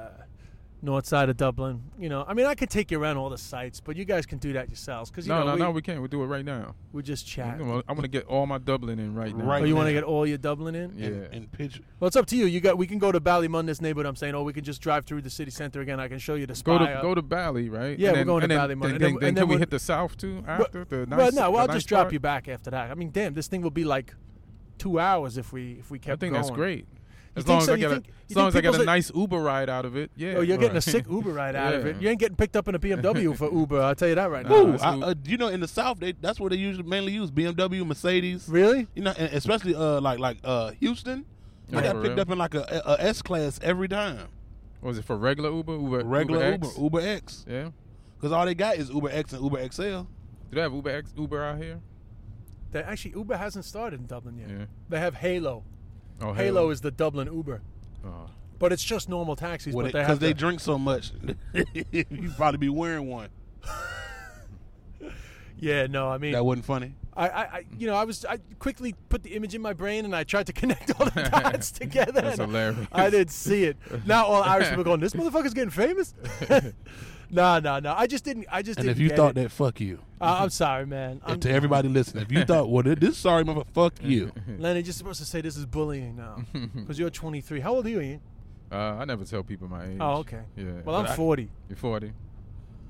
A: north side of Dublin. You know, I mean, I could take you around all the sites, but you guys can do that yourselves because you
D: No,
A: know
D: no,
A: we,
D: no. We can't. We do it right now.
A: we just
D: I
A: chat.
D: want to get all my Dublin in right now.
C: Right.
A: Oh, you want to
C: now.
A: get all your Dublin in?
D: Yeah.
C: And, and pitch.
A: Well, it's up to you. You got. We can go to Ballymun, this neighborhood. I'm saying, or we can just drive through the city center again. I can show you the
D: Go
A: spire.
D: to go to Bali, right?
A: Yeah,
D: And
A: we're going
D: then-
A: to
D: and then-
A: Bali, man.
D: Then,
A: And
D: then,
A: then-
D: then
A: and then
D: can we
A: we'll-
D: hit the South too after the nice?
A: well, no, well,
D: the
A: I'll
D: nice
A: just drop
D: part?
A: you back after that. I mean, damn, this thing will be like two hours if we if we
D: I
A: kept.
D: think that's
A: going.
D: great. As
A: think
D: long as
A: so?
D: I
A: You
D: get a,
A: think- you
D: as
A: think
D: long as I get
A: people's
D: a
A: like-
D: nice Uber ride out of it, yeah.
A: Oh, you're getting a
D: right.
A: sick Uber ride out of
D: Yeah.
A: it. You ain't getting picked up in a BMW
C: *laughs*
A: for Uber. I'll tell you that right now.
C: Ooh,
D: that's
C: I,
D: who-
C: uh, you know, in the South, they, that's what they usually mainly use BMW, Mercedes.
A: Really?
C: You know, and especially uh, like like uh, Houston. I
D: Yeah,
C: got
D: for
C: picked
D: real.
C: up in like a, a, a S class every time.
D: What *laughs* was it for regular
A: *laughs*
D: Uber? Uber
C: Regular Uber,
D: Uber. X?
C: Uber X,
D: Yeah.
C: because all they got is Uber X and Uber XL.
D: Do they have Uber X Uber out here?
A: That actually, Uber hasn't started in Dublin yet.
D: Yeah.
A: They have Halo.
D: Oh,
A: Halo. is the Dublin Uber,
D: Oh.
A: but it's just normal taxis. but they
C: Because
A: have
C: they,
A: the-
C: drink so much, *laughs* you probably be wearing one.
A: yeah, no, I mean,
C: That wasn't funny.
A: I, I, I, you know, I was, I quickly put the image in my brain and I tried to *laughs* connect all
C: *laughs*
A: the dots together.
D: That's
A: and
D: hilarious.
A: I didn't see it. Now all Irish people going, *laughs* this motherfucker's getting famous. No, no, no. I just didn't. I just
C: And
A: didn't.
C: if you
A: get
C: thought
A: it.
C: that, fuck you.
A: Uh, I'm sorry, man. I'm,
C: And to everybody listening,
A: *laughs*
C: if you thought, well, th- this sorry motherfucker, fuck
A: Mm-hmm.
C: you.
A: Lenny, you're supposed to say this is bullying now because you're 23. How old are you, Ian?
D: Uh, I never tell people my age.
A: Oh, okay.
D: Yeah.
A: Well, I'm
D: But I-
A: 40,
D: You're 40.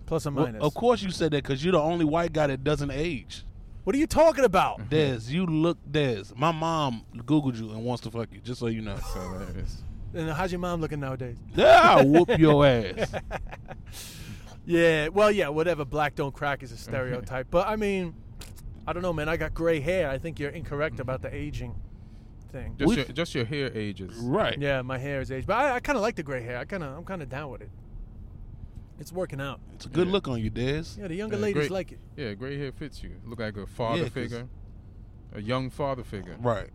A: plus or
C: Well,
A: minus.
C: of course you said that because you're the only white guy that doesn't age.
A: What are you talking about?
C: Dez, you look Dez. My mom googled you and wants to fuck you, just so you know. *laughs*
D: So that is.
A: And how's your mom looking nowadays?
C: Yeah, I'll whoop your
A: *laughs*
C: ass.
A: Yeah, well, yeah, whatever. Black don't crack is a stereotype. but I mean, I don't know, man. I got gray hair. I think you're incorrect about the aging thing.
D: Just
C: We-
D: your, just your hair ages.
C: Right.
A: Yeah, my hair is aged, but I, I kind of like the gray hair. I kind of, I'm kind of down with it. It's working out.
C: It's a good look on you, Dez.
A: Yeah, the younger
D: Yeah,
A: ladies
D: great-
A: like it.
D: Yeah, gray hair fits you. Look like a father
C: Yeah, 'cause-
D: figure, a young father figure.
C: Right.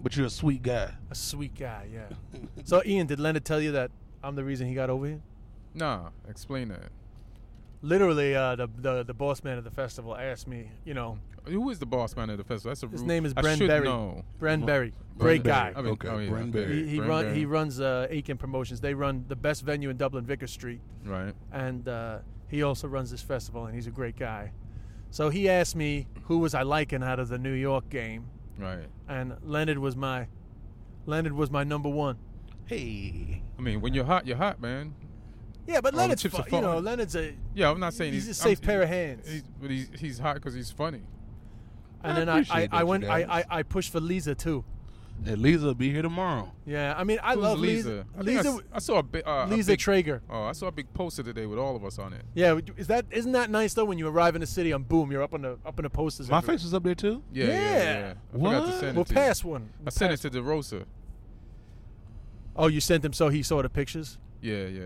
C: But you're a sweet guy.
A: A sweet guy, yeah. so, Ian, did Leonard tell you that I'm the reason he got over here?
D: Nah, explain that.
A: Literally, uh, the, the the boss man of the festival asked me, you know,
D: Who is the boss man of the festival? That's a
A: his
D: rule-
A: name is
D: I
A: Bren
D: should
A: Berry.
D: know.
A: Bren Berry, great guy.
D: I mean,
C: okay,
D: oh, yeah,
C: Bren
D: okay.
C: Berry.
A: He, he
D: Bren
A: run
D: Berry.
A: he runs uh, Aiken Promotions. They run the best venue in Dublin, Vicker Street,
D: Right.
A: and uh, he also runs this festival. And he's a great guy. So he asked me who was I liking out of the New York game,
D: Right.
A: and Leonard was my Leonard was my number one.
C: Hey.
D: I mean, when you're hot, you're hot, man.
A: Yeah, but
D: All Oh, the
A: Leonard's
D: chips
A: fu-
D: are
A: you know
D: falling.
A: Leonard's a
D: Yeah, I'm not saying
A: He's
D: he's,
A: a safe
D: I'm-
A: pair of hands.
D: He's, but he's he's hot because he's funny.
A: and
C: I
A: then I I,
C: appreciate
A: I
C: that,
A: went
C: you
A: I, I
C: guys.
A: I pushed for Lisa too.
C: And Lisa will be here tomorrow.
A: Yeah, I mean I
D: Who's
A: love
D: Lisa.
A: Lisa.
D: I, think I s- I saw a, bi- uh, a
A: Lisa
D: big-
A: Traeger.
D: Oh, I saw a big poster today with all of us on it.
A: Yeah, is that isn't that nice though? When you arrive in the city, on boom, you're up on the up on the posters.
C: My
A: everywhere.
C: face was up there too.
D: Yeah, yeah,
A: Yeah.
D: yeah. I forgot to
C: What?
D: send it
A: We'll
D: to you.
A: pass one.
D: I sent it to DeRosa.
A: Oh, you sent him so he saw the pictures.
D: Yeah, yeah.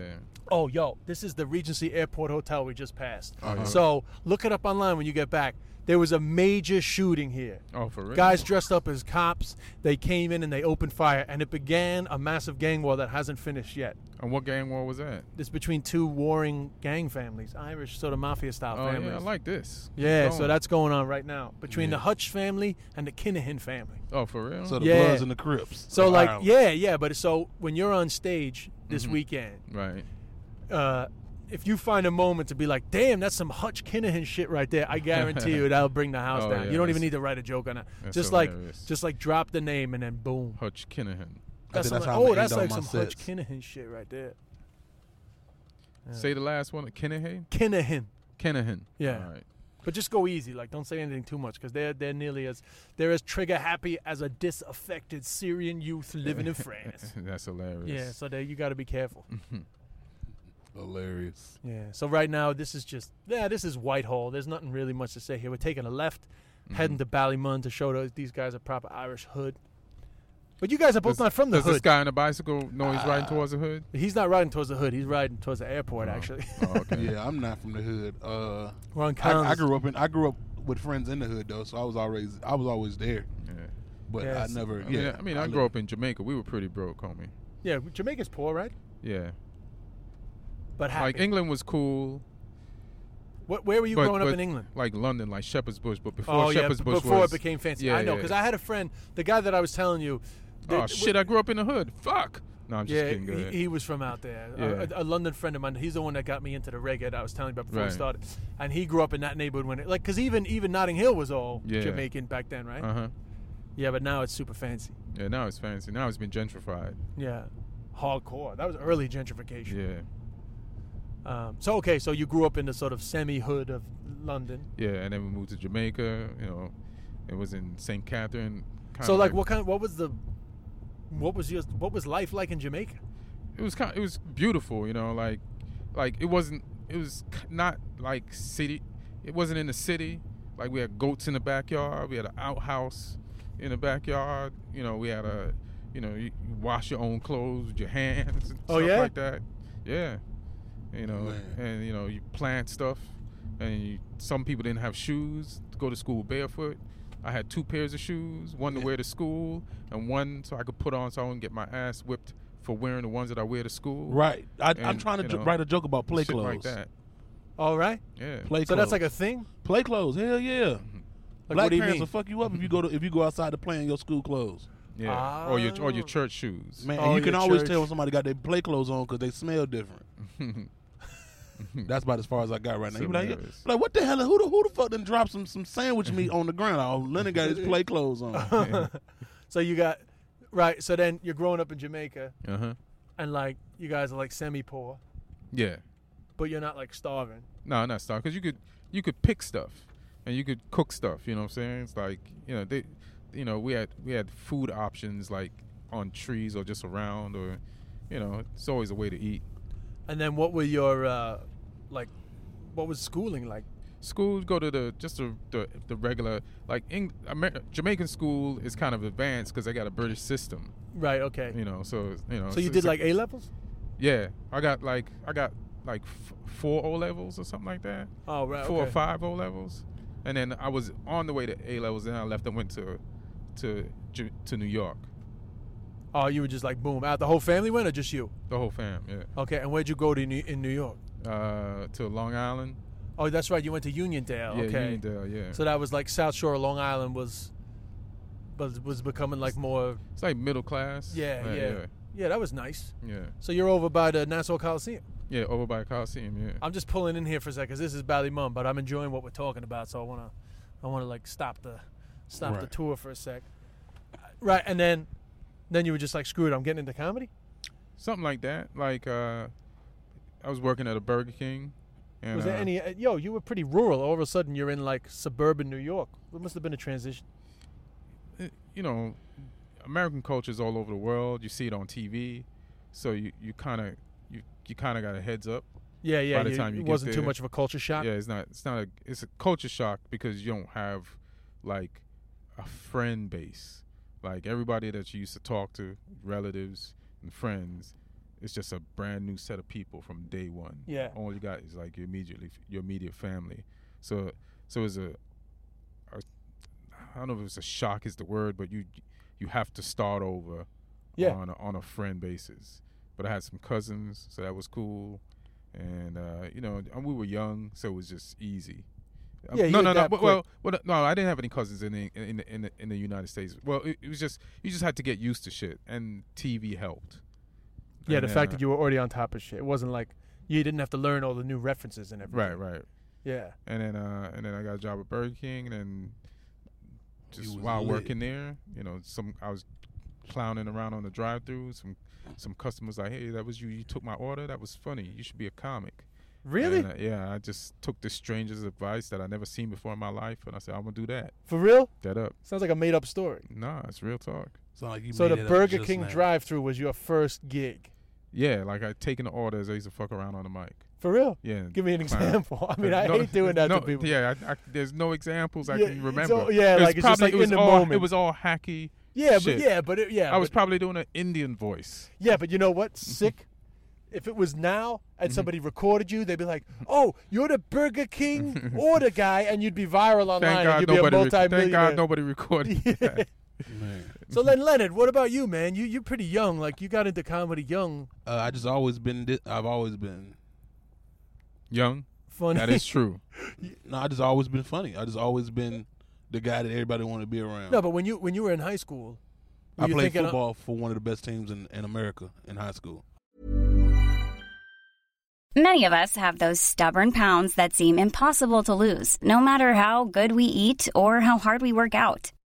A: Oh, yo, this is the Regency Airport Hotel we just passed.
D: Oh,
A: So look it up online when you get back. There was a major shooting here.
D: Oh, for real?
A: Guys dressed up as cops. They came in and they opened fire, and it began a massive gang war that hasn't finished yet.
D: And what gang war was that?
A: It's between two warring gang families, Irish sort of mafia style
D: Oh,
A: families.
D: yeah, I like this. Keep
A: Yeah, so
D: going.
A: that's going on right now between the Hutch family and the Kinahan family.
D: Oh, for real?
C: So the
A: Yeah.
C: Bloods and the Crips.
A: So
C: of
A: like,
C: Ireland.
A: yeah, yeah. But so when you're on stage this
C: Mm-hmm.
A: weekend,
D: right.
A: uh, if you find a moment to be like, "Damn, that's some Hutch Kinahan shit right there," I guarantee
C: *laughs*
A: you that'll bring the house
D: Oh,
A: down.
D: yeah,
A: you don't even
D: that's-
A: need to write a joke on that.
D: that's
A: Just like,
D: hilarious.
A: just like drop the name and then boom.
D: Hutch Kinahan.
C: I think
A: some,
C: that's how I'm
A: oh,
C: gonna
A: that's
C: end all
A: like
C: my
A: some Hutch
C: sets.
A: Kinahan shit right there.
D: Say the last one. Kinahan?
A: Kinahan.
D: Kinahan.
A: Yeah.
D: All right.
A: But just go easy, like don't say anything too much, because they're they're nearly as they're as trigger happy as a disaffected Syrian youth living
C: *laughs*
A: in France.
D: That's hilarious.
A: yeah, so there you got to be careful.
C: Hilarious.
A: Yeah. So right now, this is just yeah, this is Whitehall. There's nothing really much to say here. We're taking a left,
D: Mm-hmm.
A: heading to Ballymun to show those these guys a proper Irish hood. But you guys are both
D: Does-
A: not from the
D: Does this
A: hood.
D: guy on a bicycle know he's riding towards the hood?
A: he's not riding towards the hood. He's riding towards the airport.
D: Oh.
A: Actually,
D: *laughs*
A: *laughs*
D: Oh, okay.
C: Yeah, I'm not from the hood. Uh,
A: we're on Collins.
C: I, I grew up in I grew up with friends in the hood though, so I was always I was always there,
D: Yeah.
C: but
A: Yeah,
C: I
A: so-
C: never.
D: I mean,
C: yeah,
D: I, mean, I
C: lived-
D: grew up in Jamaica. We were pretty broke, homie.
A: yeah, Jamaica's poor, right?
D: Yeah.
A: But happy.
D: Like England was cool.
A: What, where were you
D: but-
A: growing up
D: but
A: in England?
D: Like London, like Shepherd's Bush, but before
A: Oh yeah,
D: Shepherd's
A: b-
D: Bush
A: before
D: was,
A: it became fancy.
D: Yeah,
A: I know
D: yeah.
A: because I had a friend, the guy that I was telling you. that-
D: Oh shit! I grew up in the hood. Fuck. No, I'm just
A: Yeah,
D: kidding. Go
A: he,
D: ahead.
A: he was from out there. A-
D: Yeah.
A: A, a London friend of mine. He's the one that got me into the reggae. That I was telling you about before we
D: Right.
A: started. And he grew up in that neighborhood when it like because even even Notting Hill was all
D: Yeah.
A: Jamaican back then, right?
D: uh huh.
A: Yeah, but now it's super fancy.
D: Yeah, now it's fancy. Now it's been gentrified.
A: Yeah, hardcore. That was early gentrification.
D: Yeah,
A: Um, so okay, so you grew up in the sort of semi hood of London.
D: yeah. And then we moved to Jamaica. You know, it was in St. Catherine. Kind
A: so like, what kind? What was the? What was your? What was life like in Jamaica?
D: It was kind. It was beautiful. You know, like, like it wasn't. It was k- not like city. It wasn't in the city. Like we had goats in the backyard. We had an outhouse in the backyard. You know, we had a. You know, you, you wash your own clothes with your hands. And
A: Oh,
D: stuff
A: yeah?
D: like that. Yeah. You know,
C: Man.
D: and you know, you plant stuff, and you, some people didn't have shoes to go to school barefoot. I had two pairs of shoes, one to wear to school, and one so I could put on so I wouldn't get my ass whipped for wearing the ones that I wear to school.
C: Right. I, I'm
D: And,
C: trying to
D: you
C: jo-
D: know,
C: write a joke about play
D: Shit
C: clothes.
D: like that.
A: All right.
D: Yeah.
C: Play
A: So
C: clothes.
A: that's like a thing.
C: play clothes. Hell yeah.
D: Mm-hmm.
A: Like,
C: Black
A: what do you
C: parents
A: mean?
C: will fuck you up if you go to if you go outside to play in your school clothes.
D: Yeah. Or your or your
A: Oh.
D: church shoes.
C: Ah. Man,
A: Oh,
C: you can
A: your
C: always
A: church.
D: *laughs*
C: tell when somebody got their play clothes on because they smell different. That's about as far as I got right now.
D: So
C: You be like,
D: nervous.
C: like what the hell? Who the who the fuck done dropped some some sandwich meat on the ground? Oh, Lennon got his play clothes on. *laughs*
A: So you got right. So then you're growing up in Jamaica,
D: Uh huh.
A: and like you guys are like semi poor,
D: Yeah.
A: but you're not like starving.
D: No, not style. Because you could you could pick stuff and you could cook stuff. You know what I'm saying? It's like you know they, you know we had we had food options like on trees or just around or, you know, it's always a way to eat.
A: And then what were your uh, like? What was schooling like?
D: Schools go to the just the the, the regular like Eng, Amer, Jamaican school is kind of advanced because they got a British system.
A: Right. Okay.
D: You know, so you know.
A: so you
D: it's-
A: did
D: it's a-
A: like A levels?
D: Yeah, I got like I got like f- four O levels or something like that.
A: Oh, right,
D: Four
A: okay.
D: or five O levels, and then I was on the way to A levels. Then I left and went to to Ju- to New York.
A: Oh, you were just like boom out. The whole family went, or just you?
D: The whole fam, yeah.
A: Okay. And where'd you go to New- in New York?
D: Uh, to Long Island.
A: Oh, that's right. You went to Uniondale.
D: Yeah,
A: okay.
D: Uniondale, yeah.
A: So that was like South Shore, Long Island was, was was becoming like more.
D: It's like middle class.
A: Yeah, yeah, yeah.
D: yeah,
A: that was nice.
D: yeah.
A: So you're over by the Nassau Coliseum.
D: Yeah, over by Coliseum. Yeah.
A: I'm just pulling in here for a second. 'cause this is Bally Mum, but I'm enjoying what we're talking about. So I wanna, I wanna like stop the, stop the
C: Right.
A: tour for a sec. Right, and then, then you were just like, screw it, I'm getting into comedy.
D: something like that. Like uh, I was working at a Burger King. And,
A: Was there
D: uh,
A: any? uh, Yo, you were pretty rural. All of a sudden, you're in like suburban New York. It must have been a transition.
D: it- you know, American culture is all over the world. You see it on TV, so you you kind of you you kind of got a heads up.
A: Yeah, yeah.
D: By the
A: you-
D: time you
A: it
D: get
A: wasn't too
D: there-
A: much of a culture shock.
D: Yeah, it's not it's not a it's a culture shock because you don't have like a friend base. Like everybody that you used to talk to, relatives and friends, it's just a brand new set of people from day one.
A: Yeah.
D: all you got is like your immediately your immediate family. So so it's a, a I don't know if it's a shock is the word, but you you have to start over
A: Yeah.
D: on a, on a friend basis. But I had some cousins, so that was cool. And uh, you know, and we were young, so it was just easy. Um,
A: Yeah, you
D: no, no, no.
A: adapt
D: Well, well, well, no, I didn't have any cousins in the, in the, in, the, in the United States. Well, it, it was just you just had to get used to shit, and TV helped.
A: Yeah, the
D: And,
A: fact
D: uh,
A: that you were already on top of shit. It wasn't like you didn't have to learn all the new references and everything.
D: right, right.
A: Yeah.
D: And then uh, and then I got a job at Burger King, and just
C: You was
D: while
C: lit.
D: working there, you know, some I was clowning around on the drive-through. Some some customers like, hey, that was you. You took my order. That was funny. You should be a comic.
A: Really?
D: And, uh, yeah, I just took this stranger's advice that I never seen before in my life, and I said, I'm gonna do that.
A: For real?
D: That up.
A: Sounds like a made up story.
D: Nah, it's real talk.
C: So, like, you
A: So
C: made
A: the
C: it up
A: Burger
C: just
A: King
C: now.
A: drive through was your first gig.
D: Yeah, like I taking the orders. I used to fuck around on
A: *laughs*
D: the mic.
A: For real?
D: Yeah.
A: Give me an
D: clown.
A: example. *laughs* I mean, I
D: No-
A: hate doing that
D: no,
A: to people.
D: Yeah, I, I, there's no examples I
A: Yeah,
D: can
A: it's
D: remember.
A: all- yeah,
D: It was
A: like, it's just, like,
D: it was
A: in the
D: all, It
A: moment.
D: was all hacky.
A: Yeah, but
D: shit.
A: yeah, but it, yeah,
D: I was Mm-hmm.
A: but,
D: probably doing an Indian voice.
A: yeah, but you know what? Sick. If it was now
D: Mm-hmm.
A: and somebody recorded you, they'd be like, "Oh, you're the Burger
D: *laughs*
A: King order guy," and you'd be viral online.
D: Thank
A: and
D: God
A: you'd be a
D: nobody. rec-
A: multi-millionaire.
D: thank God mm-hmm. nobody
A: *laughs*
D: recorded. that.
A: So then, Leonard, what about you, man? You you're pretty young. Like you got into comedy young.
C: Uh, I just always been. Di- I've always been.
D: Young.
A: Funny.
D: That is true.
C: No, I just always been funny. I just always been the guy that everybody want to be around.
A: *laughs* No, but when you when you were in high school, were
C: I
A: you
C: played
A: thinking, uh,
C: football for one of the best teams in, in America in high school.
F: Many of us have those stubborn pounds that seem impossible to lose, no matter how good we eat or how hard we work out.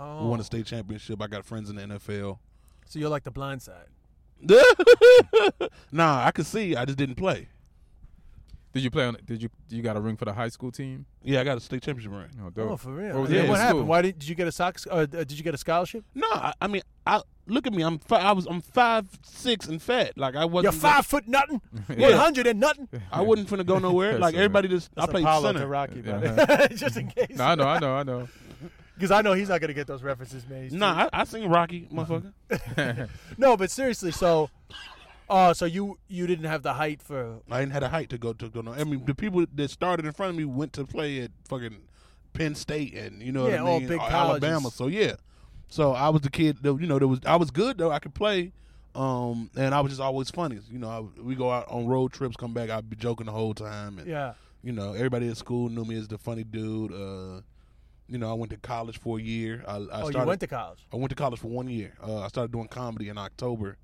A: Oh,
C: We won a state championship. I got friends in the *laughs* NFL.
A: so you're like the blind side.
C: nah, I could see. I just didn't play.
D: Did you play on? Did you you got a ring for the high school team?
C: Yeah, I got a state championship ring.
D: Oh,
A: Oh,
D: dope.
A: for real?
D: What was
A: yeah,
D: it?
A: what
D: Yeah,
A: happened?
D: school.
A: Why did, did you get a socks? Uh, d- did you get a scholarship?
C: No, I, I mean, I look at me. I'm fi- I was I'm five six and fat. Like I wasn't.
A: You're five foot nothing,
C: *laughs* Yeah.
A: one hundred and nothing.
C: I wasn't finna go nowhere. like
D: That's
C: everybody just I
A: That's
C: played
A: Apollo
C: center.
A: to Rocky,
D: Yeah.
A: buddy. *laughs* just in case.
D: *laughs* no, I know, I know,
A: *laughs*
D: I know.
A: because I know he's not gonna get those references, man. He's too-
C: Nah, I, I seen Rocky,
A: *laughs*
C: motherfucker.
A: no, but seriously, so, uh, so you you didn't have the height for
C: I didn't have the height to go to go. No, I mean the people that started in front of me went to play at fucking Penn State and you know
A: Yeah,
C: what I
A: all
C: mean,
A: big
C: Al-
A: colleges.
C: Alabama. So yeah, so I was the kid. That, you know, there was I was good though. I could play, um, and I was just always funny. You know, I, we go out on road trips, come back, I'd be joking the whole time, and
A: yeah.
C: you know, everybody at school knew me as the funny dude. Uh, you know, I went to college for a year. I, I
A: Oh,
C: started,
A: you went to college.
C: I went to college for one year. Uh, I started doing comedy in October,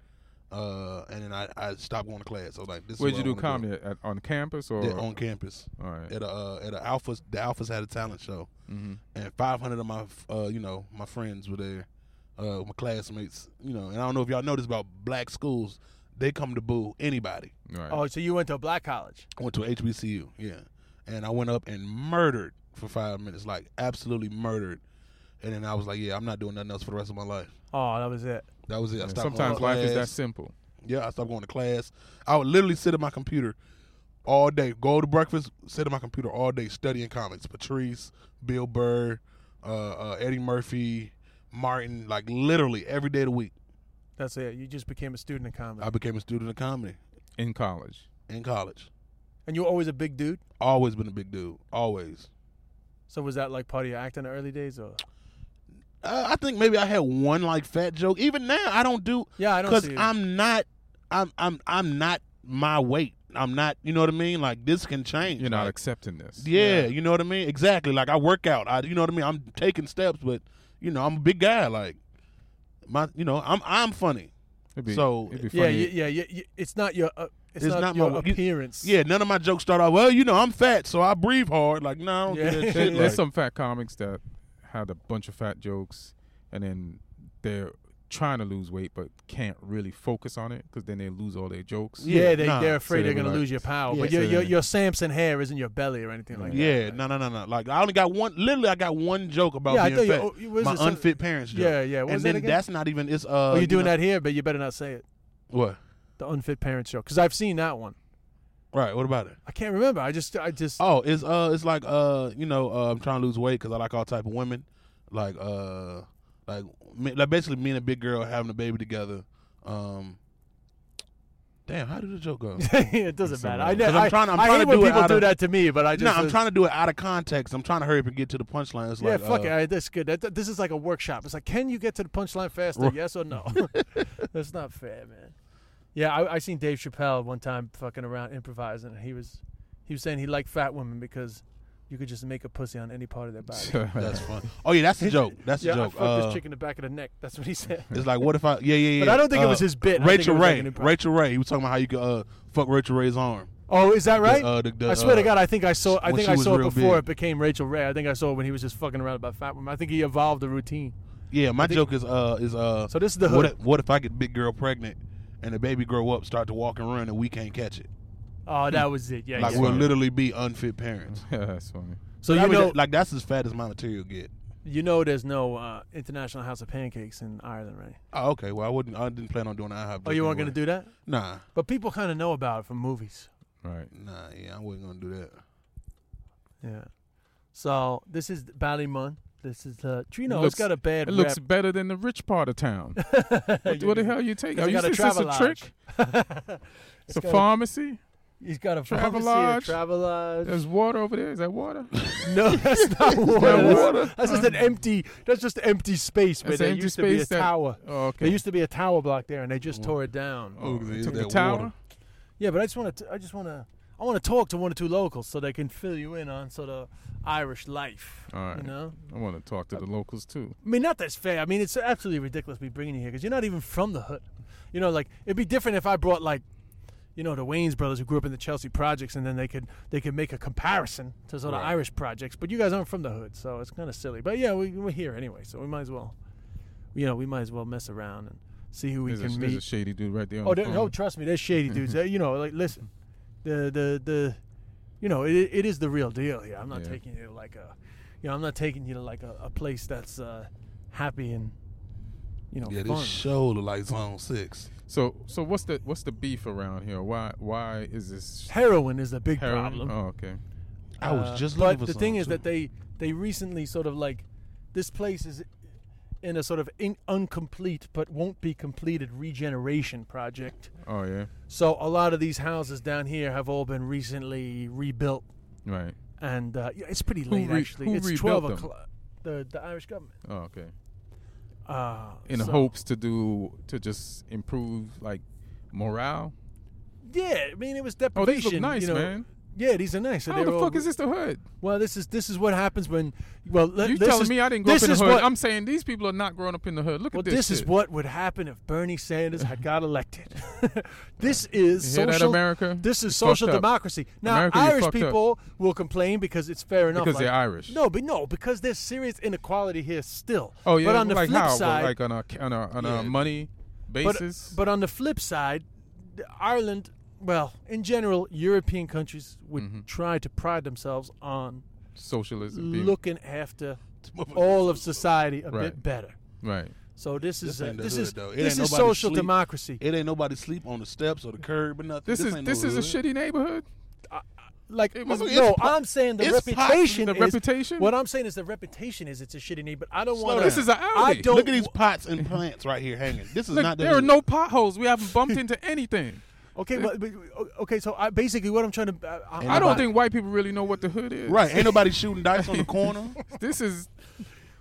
C: uh, and then I, I stopped going to class. So like, this is
D: Where'd you
C: what I
D: do
C: wanna
D: comedy at, at- on campus or?
C: yeah, on campus.
D: All right.
C: At a uh, at a alphas, the alphas had a talent show,
D: Mm-hmm.
C: and 500 of my f- uh, you know my friends were there, uh, my classmates. You know, and I don't know if y'all know this about black schools, they come to boo anybody.
D: All right.
A: Oh, so you went to a black college.
C: I went to HBCU, yeah, and I went up and murdered for five minutes, like absolutely murdered, and then I was like, yeah, I'm not doing nothing else for the rest of my life.
A: Oh, that was it.
C: That was it. I
D: Yeah,
C: stopped going to
D: Sometimes life is that
C: class.
D: simple.
C: Yeah, I stopped going to class. I would literally sit at my computer all day, go to breakfast, sit at my computer all day studying comics. Patrice, Bill Burr, uh, uh, Eddie Murphy, Martin, like literally every day of the week.
A: That's it. You just became a student of comedy,
C: I became a student of comedy
D: In college.
C: in college.
A: and you were always a big dude.
C: Always been a big dude. Always.
A: So was that like part of your act in the early days, or
C: Uh, I think maybe I had one like fat joke. Even now, I don't do.
A: Yeah, I don't
C: Because
A: see it.
C: I'm not. I'm I'm I'm not my weight. I'm not. You know what I mean? Like this can change.
D: You're not
C: Like,
D: accepting this.
C: Yeah, you know what I mean. Exactly. Like I work out. I, you know what I mean. I'm taking steps, but you know, I'm a big guy. Like my, you know, I'm I'm funny.
D: It'd be,
C: So-
D: it'd be
A: yeah,
D: funny.
A: yeah, yeah, yeah, yeah, It's not your. Uh, it's,
C: It's
A: not,
C: not my
A: your
C: wa- you-
A: appearance.
C: Yeah, none of my jokes start off. Well, you know, I'm fat, so I breathe hard. Like no, I don't
A: Yeah.
C: do that
D: There-
C: shit.
A: *laughs* It's
D: There's
C: Like,
D: some fat comics that had a bunch of fat jokes, and then they're trying to lose weight but can't really focus on it because then they lose all their jokes. *laughs*
A: Yeah, *laughs* they,
C: nah.
A: they're afraid
D: So
A: they're
D: they
A: gonna
D: like-
A: lose your power,
C: Yeah.
A: but your,
D: So
A: your
D: they-
A: your Samson hair isn't your belly or anything like that.
C: yeah, no, no, no, no. Like I only got one. Literally, I got one joke about
A: Yeah, I
C: being
A: thought you-
C: fat.
A: oh, you- was
C: my
A: it some-
C: unfit parents joke.
A: Yeah, yeah. What
C: and
A: was that
C: then
A: again?
C: that's not even. It's uh.
A: Oh, you're doing
C: know-
A: that here, but you better not say it.
C: What?
A: The unfit parents show, because I've seen that one.
C: Right. What about it?
A: I can't remember. I just, I just.
C: Oh, it's uh, it's like uh, you know, uh, I'm trying to lose weight because I like all type of women, like uh, like me, like basically me and a big girl having a baby together. Um, damn, how did the joke
A: *laughs*
C: go?
A: *laughs* it doesn't matter. I, know.
C: 'Cause I'm
A: I,
C: trying- I'm
A: I
C: trying
A: hate
C: to
A: when
C: do it
A: people
C: out
A: do
C: of-
A: that to me, but I just. uh,
C: no, I'm trying to do it out of context. I'm trying to hurry up and get to the punchline. It's
A: Yeah,
C: like,
A: fuck
C: uh,
A: it. I, that's good. That, that- this is like a workshop. It's like, can you get to the punchline faster?
C: Right.
A: yes or
C: *laughs*
A: no? that's not fair, man. Yeah, I, I seen Dave Chappelle one time fucking around improvising. and He was, he was saying he liked fat women because you could just make a pussy on any part of their body.
C: *laughs* That's fun. Oh
A: *laughs*
C: yeah, that's the joke. That's the
A: yeah, I
C: joke.
A: fucked
C: Uh,
A: this chick in the back of the neck. That's what he said.
C: It's like, what if I? Yeah, yeah, yeah. Uh,
A: But I don't think it was his bit. I think it
C: Rachel
A: was like
C: Ray.
A: an improv.
C: Rachel Ray. He was talking about how you could uh, fuck Rachel Ray's arm.
A: Oh, is that right?
C: uh, the- the,
A: I swear to
C: uh,
A: God, I think I saw. I
C: when
A: think
C: she
A: I
C: was
A: saw it
C: real
A: before
C: big.
A: it became Rachel Ray. I think I saw it when he was just fucking around about fat women. I think he evolved a routine.
C: Yeah, my joke is uh is uh.
A: So this is the
C: what
A: hood.
C: if, what if I get big girl pregnant and the baby grow up, start to walk and run, and we can't catch it?
A: Oh, that was it. Yeah,
C: Like
A: yeah.
C: we'll literally be unfit parents.
D: Yeah, that's funny.
A: so you
C: I mean,
A: know,
C: that- like that's as fat as my material get.
A: you know, there's no uh, International House of Pancakes in Ireland, right?
C: Oh, okay, well I wouldn't. I didn't plan on doing an IHOP.
A: Oh, you weren't gonna do that,
C: Nah,
A: but people kind of know about it from movies.
D: Right.
C: nah, yeah, I wasn't gonna do that.
A: Yeah. So this is Ballymun. This is uh, Trino.
D: Looks-
A: it's got a bad
D: It looks
A: rep.
D: better than the rich part of
C: *laughs*
D: town. what, what the
A: *laughs*
D: hell you taking?
A: It's
D: Are you
A: got a
D: is this a
A: travelodge.
D: trick? It's a
A: got a-
D: pharmacy.
A: He's got a
D: Travelodge.
A: Travelodge.
D: There's water over there. Is that water?
A: No, *laughs* that's not water. That's,
D: water.
A: that's just an empty. That's just empty space where
D: That's
A: there
D: empty
A: used to be a
D: space that-
A: tower.
D: Oh, okay.
A: There used to be a tower block there, and they just tore it down.
D: oh,
C: Is
D: they took
C: that
D: the
C: water?
D: tower.
A: Yeah, but I just want to. I just want to. I want to talk to one or two locals so they can fill you in on sort of Irish life.
D: All right.
A: You know,
D: I want to talk to the locals too.
A: I mean, not that's fair. I mean, it's absolutely ridiculous me bringing you here because you're not even from the hood. You know, like it'd be different if I brought like, you know, the Wayne's brothers who grew up in the Chelsea projects, and then they could they could make a comparison to sort of Irish projects. But you guys aren't from the hood, so it's kind of silly. But yeah, we, we're here anyway, so we might as well, you know, we might as well mess around and see who we
D: There's a,
A: can
D: there's
A: meet.
D: a shady dude right there. On
A: Oh,
D: the
A: there,
D: phone.
A: oh, trust me, there's shady dudes. Uh, you know, like listen, the the the you know, it, it is the real deal here. I'm not
D: Yeah.
A: taking you to like a, you know, I'm not taking you to like a, a place that's uh, happy and, you know,
C: Yeah,
A: fun.
C: this show look like Zone Six.
D: So so what's the what's the beef around here? Why why is this
A: Heroin is the big
D: heroin?
A: problem.
D: Oh, okay.
C: I
A: Uh,
C: was just
A: but
C: looking
A: the
C: for
A: thing
C: some,
A: is
C: too.
A: that they they recently sort of like this place is in a sort of in, incomplete but won't be completed regeneration project.
D: Oh yeah.
A: So a lot of these houses down here have all been recently rebuilt,
D: Right.
A: and uh, yeah, it's pretty late
D: re-
A: actually.
D: who
A: it's
D: rebuilt
A: twelve
D: them?
A: o'clock. The the Irish government.
D: Oh, okay.
A: Uh,
D: In
A: so-
D: hopes to do to just improve like morale.
A: Yeah, I mean it was
D: Oh,
A: deprivation.
D: these look nice,
A: you know.
D: man.
A: Yeah, these are nice. So
D: How
A: they're
D: the
A: all-
D: fuck is this the hood?
A: Well, this is this is what happens when. Well, le-
D: You
A: this
D: telling
A: is-
D: me I didn't grow up
A: this
D: in the
A: is
D: hood?
A: what-
D: I'm saying these people are not growing up in the hood. Look
A: Well,
D: at this.
A: this, is
D: shit.
A: what would happen if Bernie Sanders had got elected. *laughs* this is
D: *laughs* You hear that,
A: social
D: America?
A: This is
D: It's
A: social
D: fucked up.
A: democracy. Now,
D: America, you're
A: Irish
D: fucked up.
A: people will complain because it's fair enough.
D: Because they're Irish.
A: No, but no, because there's serious inequality here still.
D: Oh yeah.
A: But on the
D: like
A: flip
D: how? Well,
A: side,
D: like on a on a on a
C: Yeah.
D: money
A: but, uh,
D: basis.
A: but on the flip side, th- Ireland, well, in general, European countries would
C: Mm-hmm.
A: try to pride themselves on
D: socialism. being-
A: looking
C: *laughs*
A: after all of society a
D: Right.
A: bit better.
D: Right.
A: So this is uh,
C: ain't the
A: this
C: hood,
A: is
C: though. It
A: this
C: ain't
A: is
C: nobody
A: social
C: sleep.
A: democracy.
C: It ain't nobody sleep on the steps or the curb or nothing.
D: This, is
C: ain't
D: this
C: no
D: is a
C: hood.
D: shitty neighborhood.
A: Like
D: was-
A: no,
D: it's
C: po-
A: I'm saying the
C: it's po-
A: reputation.
D: the
A: is,
D: reputation?
A: What I'm saying is the reputation is it's a shitty name, but I don't
C: Slow
A: want.
C: down. This
D: is a
A: I
D: Audi.
A: don't.
C: Look at these
A: *laughs*
C: pots and plants right here hanging. This is
D: Look,
C: not. the
D: there are
C: hood.
D: no potholes. We
A: *laughs*
D: haven't bumped into anything.
A: Okay, but, but okay. So I, basically, what I'm trying to. I, I-
D: I don't
C: nobody-
D: think white people really know what the hood is.
C: right. Ain't nobody shooting dice on the
D: *laughs*
C: corner.
D: This is.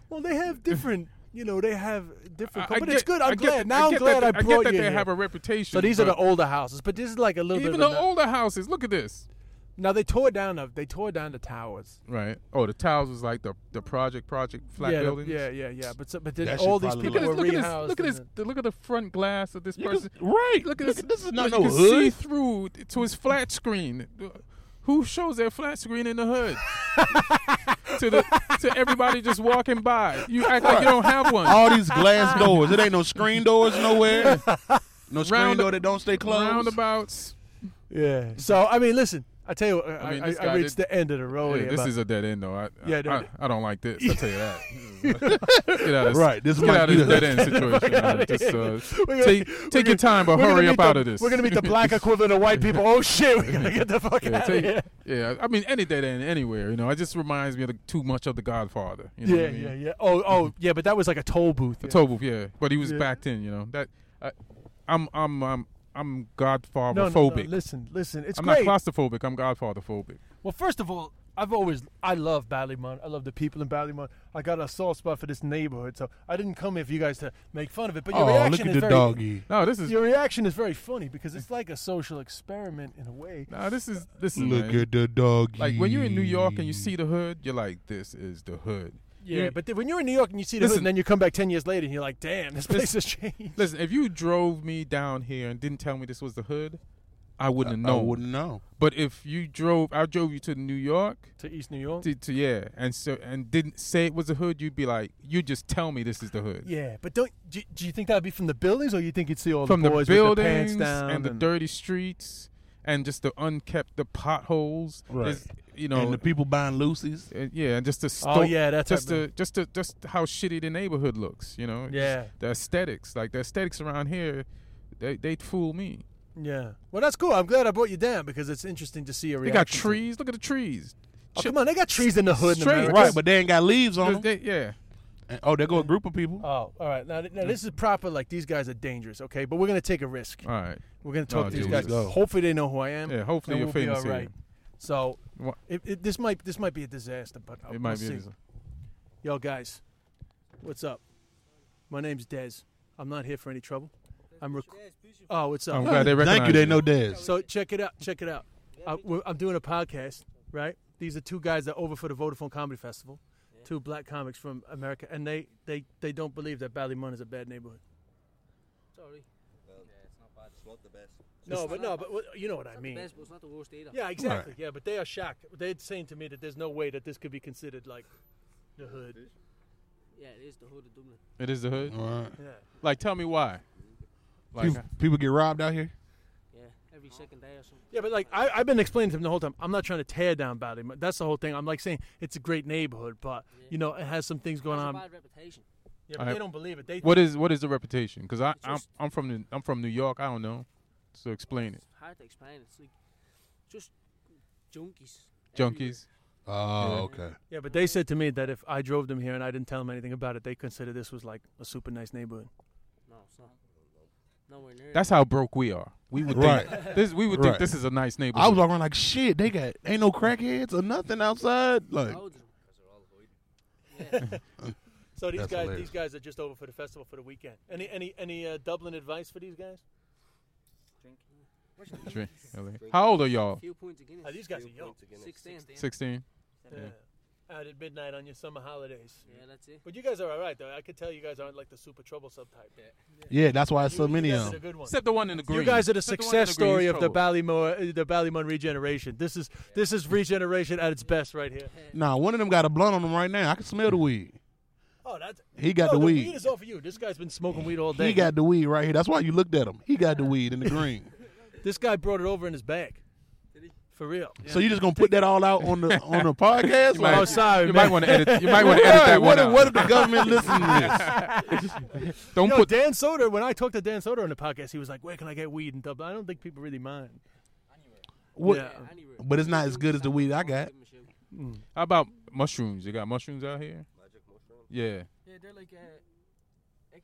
A: well, they have different. You know, they have different.
D: I, I
A: but
D: get,
A: it's good. I'm
D: I get
A: glad.
D: that-
A: now
D: I
A: I'm
D: get
A: glad
D: that,
A: I
D: they-
A: brought
D: I get that
A: you
D: they
A: here.
D: have a reputation.
A: so these are the
D: but
A: older houses, but this is like a little bit.
D: Even
A: of
D: the
A: a-
D: older houses. Look at this.
A: Now they tore down the. They tore down the towers.
D: Right. Oh, the towers was like the the project project flat
A: yeah, the-
D: buildings.
A: yeah, yeah, yeah. But so, but then
C: That shit
A: all these
C: probably
A: people
D: Look at this.
A: were
D: Look at this.
A: rehoused.
D: Look at
A: and
D: this.
A: then-
D: the- Look at the front glass of this
C: You can-
D: person.
C: right.
D: Look at
C: Look
D: this.
C: at- this is not
D: you
C: no
D: can
C: hood.
D: See through t- to his flat screen. Who shows their flat screen in the hood? to the to everybody just walking by. You act like you don't have one.
C: All these glass doors. It ain't no screen doors nowhere. No screen
D: Round-
C: door that don't stay closed.
D: Roundabouts.
A: Yeah. So I mean, listen. I tell you, what, I,
D: mean,
A: I,
D: this
A: I
D: guy
A: reached
D: did-
A: the end of the road.
D: yeah,
A: here,
D: this
A: but-
D: is a dead end though. I,
A: Oh, Yeah, no,
D: I, I,
A: th-
D: I don't like this. I'll tell you
A: *laughs*
D: that. get out of
C: Right, this
D: get
C: might
D: out
C: be
D: of
C: the-
D: this dead end situation. man. Just, uh,
A: We're gonna-
D: take
A: we're
D: take your
A: gonna-
D: time, but
A: we're gonna
D: hurry
A: meet
D: up out
A: the-
D: of this.
A: We're gonna meet the black
D: *laughs*
A: equivalent of white people. Oh shit, we're gonna get the fuck
D: Yeah,
A: out of *laughs*
D: take-
A: here.
D: yeah, I mean any dead end anywhere. You know, it just reminds me of the, too much of the Godfather. You know
A: Yeah,
D: what I mean?
A: yeah, yeah. Oh, oh, yeah, but that was like a toll booth.
D: The
A: yeah.
D: toll booth, yeah. But he was
A: Yeah.
D: backed in, you know. That I, I'm I'm I'm I'm Godfather
A: no, no, no,
D: phobic.
A: Listen, listen, it's
D: I'm
A: great.
D: not claustrophobic. I'm Godfather phobic.
A: well, first of all, I've always I love Ballymont. I love the people in Ballymont. I got a soft spot for this neighborhood, so I didn't come here for you guys to make fun of it. But your
C: Oh,
A: reaction
C: look at
A: is
C: the
A: very
C: doggy.
D: No, this is
A: your reaction is very funny because
D: *laughs*
A: it's like a social experiment in a way.
D: no, this is this is
C: Look
D: man.
C: at the doggy.
D: like when you're in New York and you see the hood, you're like, this is the hood.
A: Yeah, but then when you're in New York and you see the hood,
D: Listen.
A: and then you come back ten years later and you're like, damn, this place has changed.
D: Listen, if you drove me down here and didn't tell me this was the hood, I wouldn't have
C: no,
D: known.
C: wouldn't know.
D: But if you drove, I drove you to New York.
A: to East New York.
D: To, to yeah, and so and didn't say it was the hood. You'd be like, you just tell me this is the hood.
A: Yeah, but don't do, do you think that'd be from the buildings, or you think you'd see all
D: from
A: the
D: the
A: boys with their pants
D: buildings
A: down
D: and the dirty streets and just the unkept the potholes.
C: Right.
D: There's- You know,
C: and the people buying Lucy's.
D: uh, yeah, and just the sto-
A: Oh, yeah, that's
D: just
A: happening.
D: the just the just how shitty the neighborhood looks. You know, Just
A: Yeah.
D: the aesthetics like the aesthetics around here, they they fool me.
A: Yeah. Well, that's cool. I'm glad I brought you down because it's interesting to see a
D: They
A: reaction.
D: got
A: to-
D: trees. Look at the trees.
A: Oh, come on, they got trees in the hood.
D: Straight,
A: in America.
C: Right, but they ain't got leaves on them.
D: They- yeah,
C: And- oh, there go a group of people.
A: Oh, all right. Now, now this is proper. Like these guys are dangerous. Okay, but we're gonna take a risk.
D: all right.
A: We're gonna talk
D: Oh,
A: to these
D: dude,
A: guys.
D: let's go.
A: Hopefully, they know who I am.
D: Yeah, hopefully
A: and
D: you're
A: we'll be all
D: famous here.
A: right. So,
D: Wha-
A: it, it, this might this might be a disaster, but uh,
D: It might
A: we'll
D: be.
A: see. Yo, guys, what's up? My name's Dez. I'm not here for any trouble. I'm rec- Oh, what's up?
D: I'm glad they recognize
C: Thank you. They
D: you.
C: know Dez.
A: So check it out. Check it out. I, we're- I'm doing a podcast, right? These are two guys that are over for the Vodafone Comedy Festival, two black comics from America, and they they they don't believe that Ballymun is a bad neighborhood.
G: Sorry. yeah, it's not bad. It's not the best.
A: No, but no, but what- you know what I mean.
G: but it's not the worst either.
A: Yeah, exactly. Yeah, but they are shocked. They're saying to me that there's no way that this could be considered like the hood.
G: Yeah, it is the hood of Dublin.
D: It is the hood.
C: All right.
A: Yeah.
D: Like, uh, tell me why. Like,
C: people, people get robbed out here.
G: Yeah. every
E: Oh.
G: second day or something.
A: Yeah, but like I, I've been explaining to him the whole time, I'm not trying to tear down Bally. That's the whole thing. I'm like saying it's a great neighborhood, but you know it has some things going
G: It's a
A: on.
G: bad reputation.
A: Yeah,
D: I-
A: but they don't believe it. They
D: What is what is the reputation? Because I I'm,
G: just-
D: I'm from the, I'm from New York. I don't know, so explain it.
G: It's hard to explain. It's like just junkies.
D: Junkies.
C: Oh, okay.
A: Yeah, but they said to me that if I drove them here and I didn't tell them anything about it, they consider this was like a super nice neighborhood.
G: No, it's not. Nowhere near.
D: That's how broke we are. We would
C: Right.
D: think this we would think
C: Right.
D: this is a nice neighborhood.
C: I was walking around like shit. They got ain't no crackheads or nothing outside. Like
A: Oh,
G: Loads of 'em.
A: So these
C: That's
A: guys,
C: hilarious.
A: these guys are just over for the festival for the weekend. Any any any uh, Dublin advice for these guys?
D: Drink, really. How old are y'all?
G: Few points of Guinness.
A: Uh, these guys are young.
G: 16.
D: Sixteen.
A: Yeah. Out at midnight on your summer holidays.
G: Yeah, that's it.
A: But you guys are all right though. I could tell you guys aren't like the super troublesome type.
C: yeah, that's why it's so
A: You
C: many uh,
A: guys
C: of
A: are the
C: them.
A: good ones.
D: Except the one in the green.
A: You guys are the
D: Except one in
A: success
D: green
A: story
D: is
A: of the
D: trouble.
A: Ballymore, uh, the Ballymun regeneration. This is this is regeneration at its best right here.
C: Nah, one of them got a blunt on him right now. I can smell the weed.
A: *laughs* Oh, that's
C: He got
A: no,
C: the weed.
A: weed is all for you. This guy's been smoking weed all day.
C: He got the weed right here. That's why you looked at him. He got the weed in
A: *laughs*
C: the green.
A: this guy brought it over in his bag. For real.
C: So you just gonna put that all out
A: *laughs*
C: on the on the podcast?
A: Oh,
C: Like,
A: sorry,
D: You
A: man.
D: might want to edit.
A: *laughs*
D: You might want to edit
C: Right,
D: that
C: what,
D: one
C: if-
D: out. *laughs*
C: what if the government listen to
D: Don't
A: Yo,
D: put.
A: Dan Soder, when I talked to Dan Soder on the podcast, he was like, "Where can I get weed?" And Dublin? I don't think people really mind.
C: What-
A: Yeah.
G: Anywhere.
C: this? But it's not as good as the weed I got.
G: Give 'em a shout.
D: How about mushrooms? You got mushrooms out here? Yeah.
E: Yeah, they're like uh,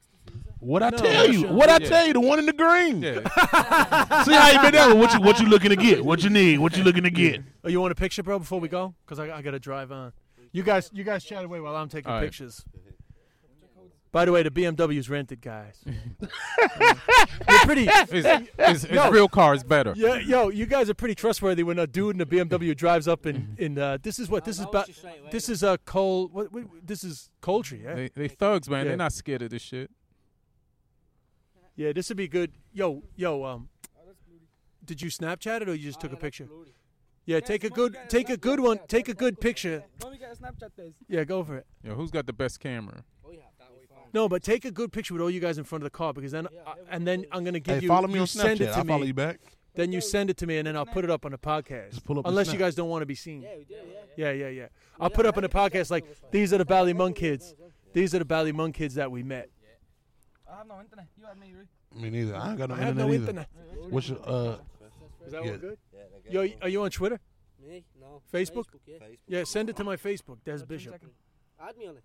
C: What I
A: No,
C: tell you?
A: sure.
C: What I
D: Yeah.
C: tell you? The one in the green.
D: Yeah.
A: *laughs*
C: See how you been there? What you what you looking to get? What you need? What you looking to get?
A: Oh, you want a picture, bro? Before we go, because I, I got to drive on. You guys, you guys chat away while I'm taking
D: All right.
A: pictures. By the way, the BMW's rented,
D: *laughs*
A: guys. You're pretty.
D: His, his, his
A: No.
D: real car is better.
A: Yeah, yo, you guys are pretty trustworthy when a dude in a BMW drives up in in. Uh, this is what this is
G: I'll
A: about.
G: just straight away.
A: This is a uh, coal. What, what, this is Coltrane, yeah.
D: They, they thugs, man.
A: Yeah.
D: They're not scared of this shit.
A: Yeah, this would be good. Yo, yo, um, did you Snapchat it or you just took a picture? Yeah, take a good, take a good one, take a good picture.
E: Let me get a Snapchat this.
A: Yeah, go for it.
D: Yo, who's got the best camera?
A: No, but take a good picture with all you guys in front of the car because then, I, and then I'm gonna give
C: Hey,
A: you.
C: follow me
A: you
C: on
A: send it
C: Snapchat.
A: to
C: I'll follow
A: me,
C: you back.
A: Then you send it to me, and then I'll put it up on the podcast.
C: Just pull up the
A: Unless you
C: Snap.
A: guys don't want to be seen.
G: Yeah, we do, yeah.
A: Yeah, yeah, yeah. I'll put up on the podcast like these are the Ballymun kids. These are the Ballymun kids that we met.
E: I have no internet. You had me, right?
C: Me neither. I ain't got no
A: I have
C: internet
A: no
C: either.
A: internet.
C: What's your uh?
A: Is that
C: Yeah.
A: all good? Yo, are you on Twitter?
G: Me? No.
A: Facebook?
G: yeah.
A: Yeah, send it to my Facebook, Des Bishop.
G: Add me on it.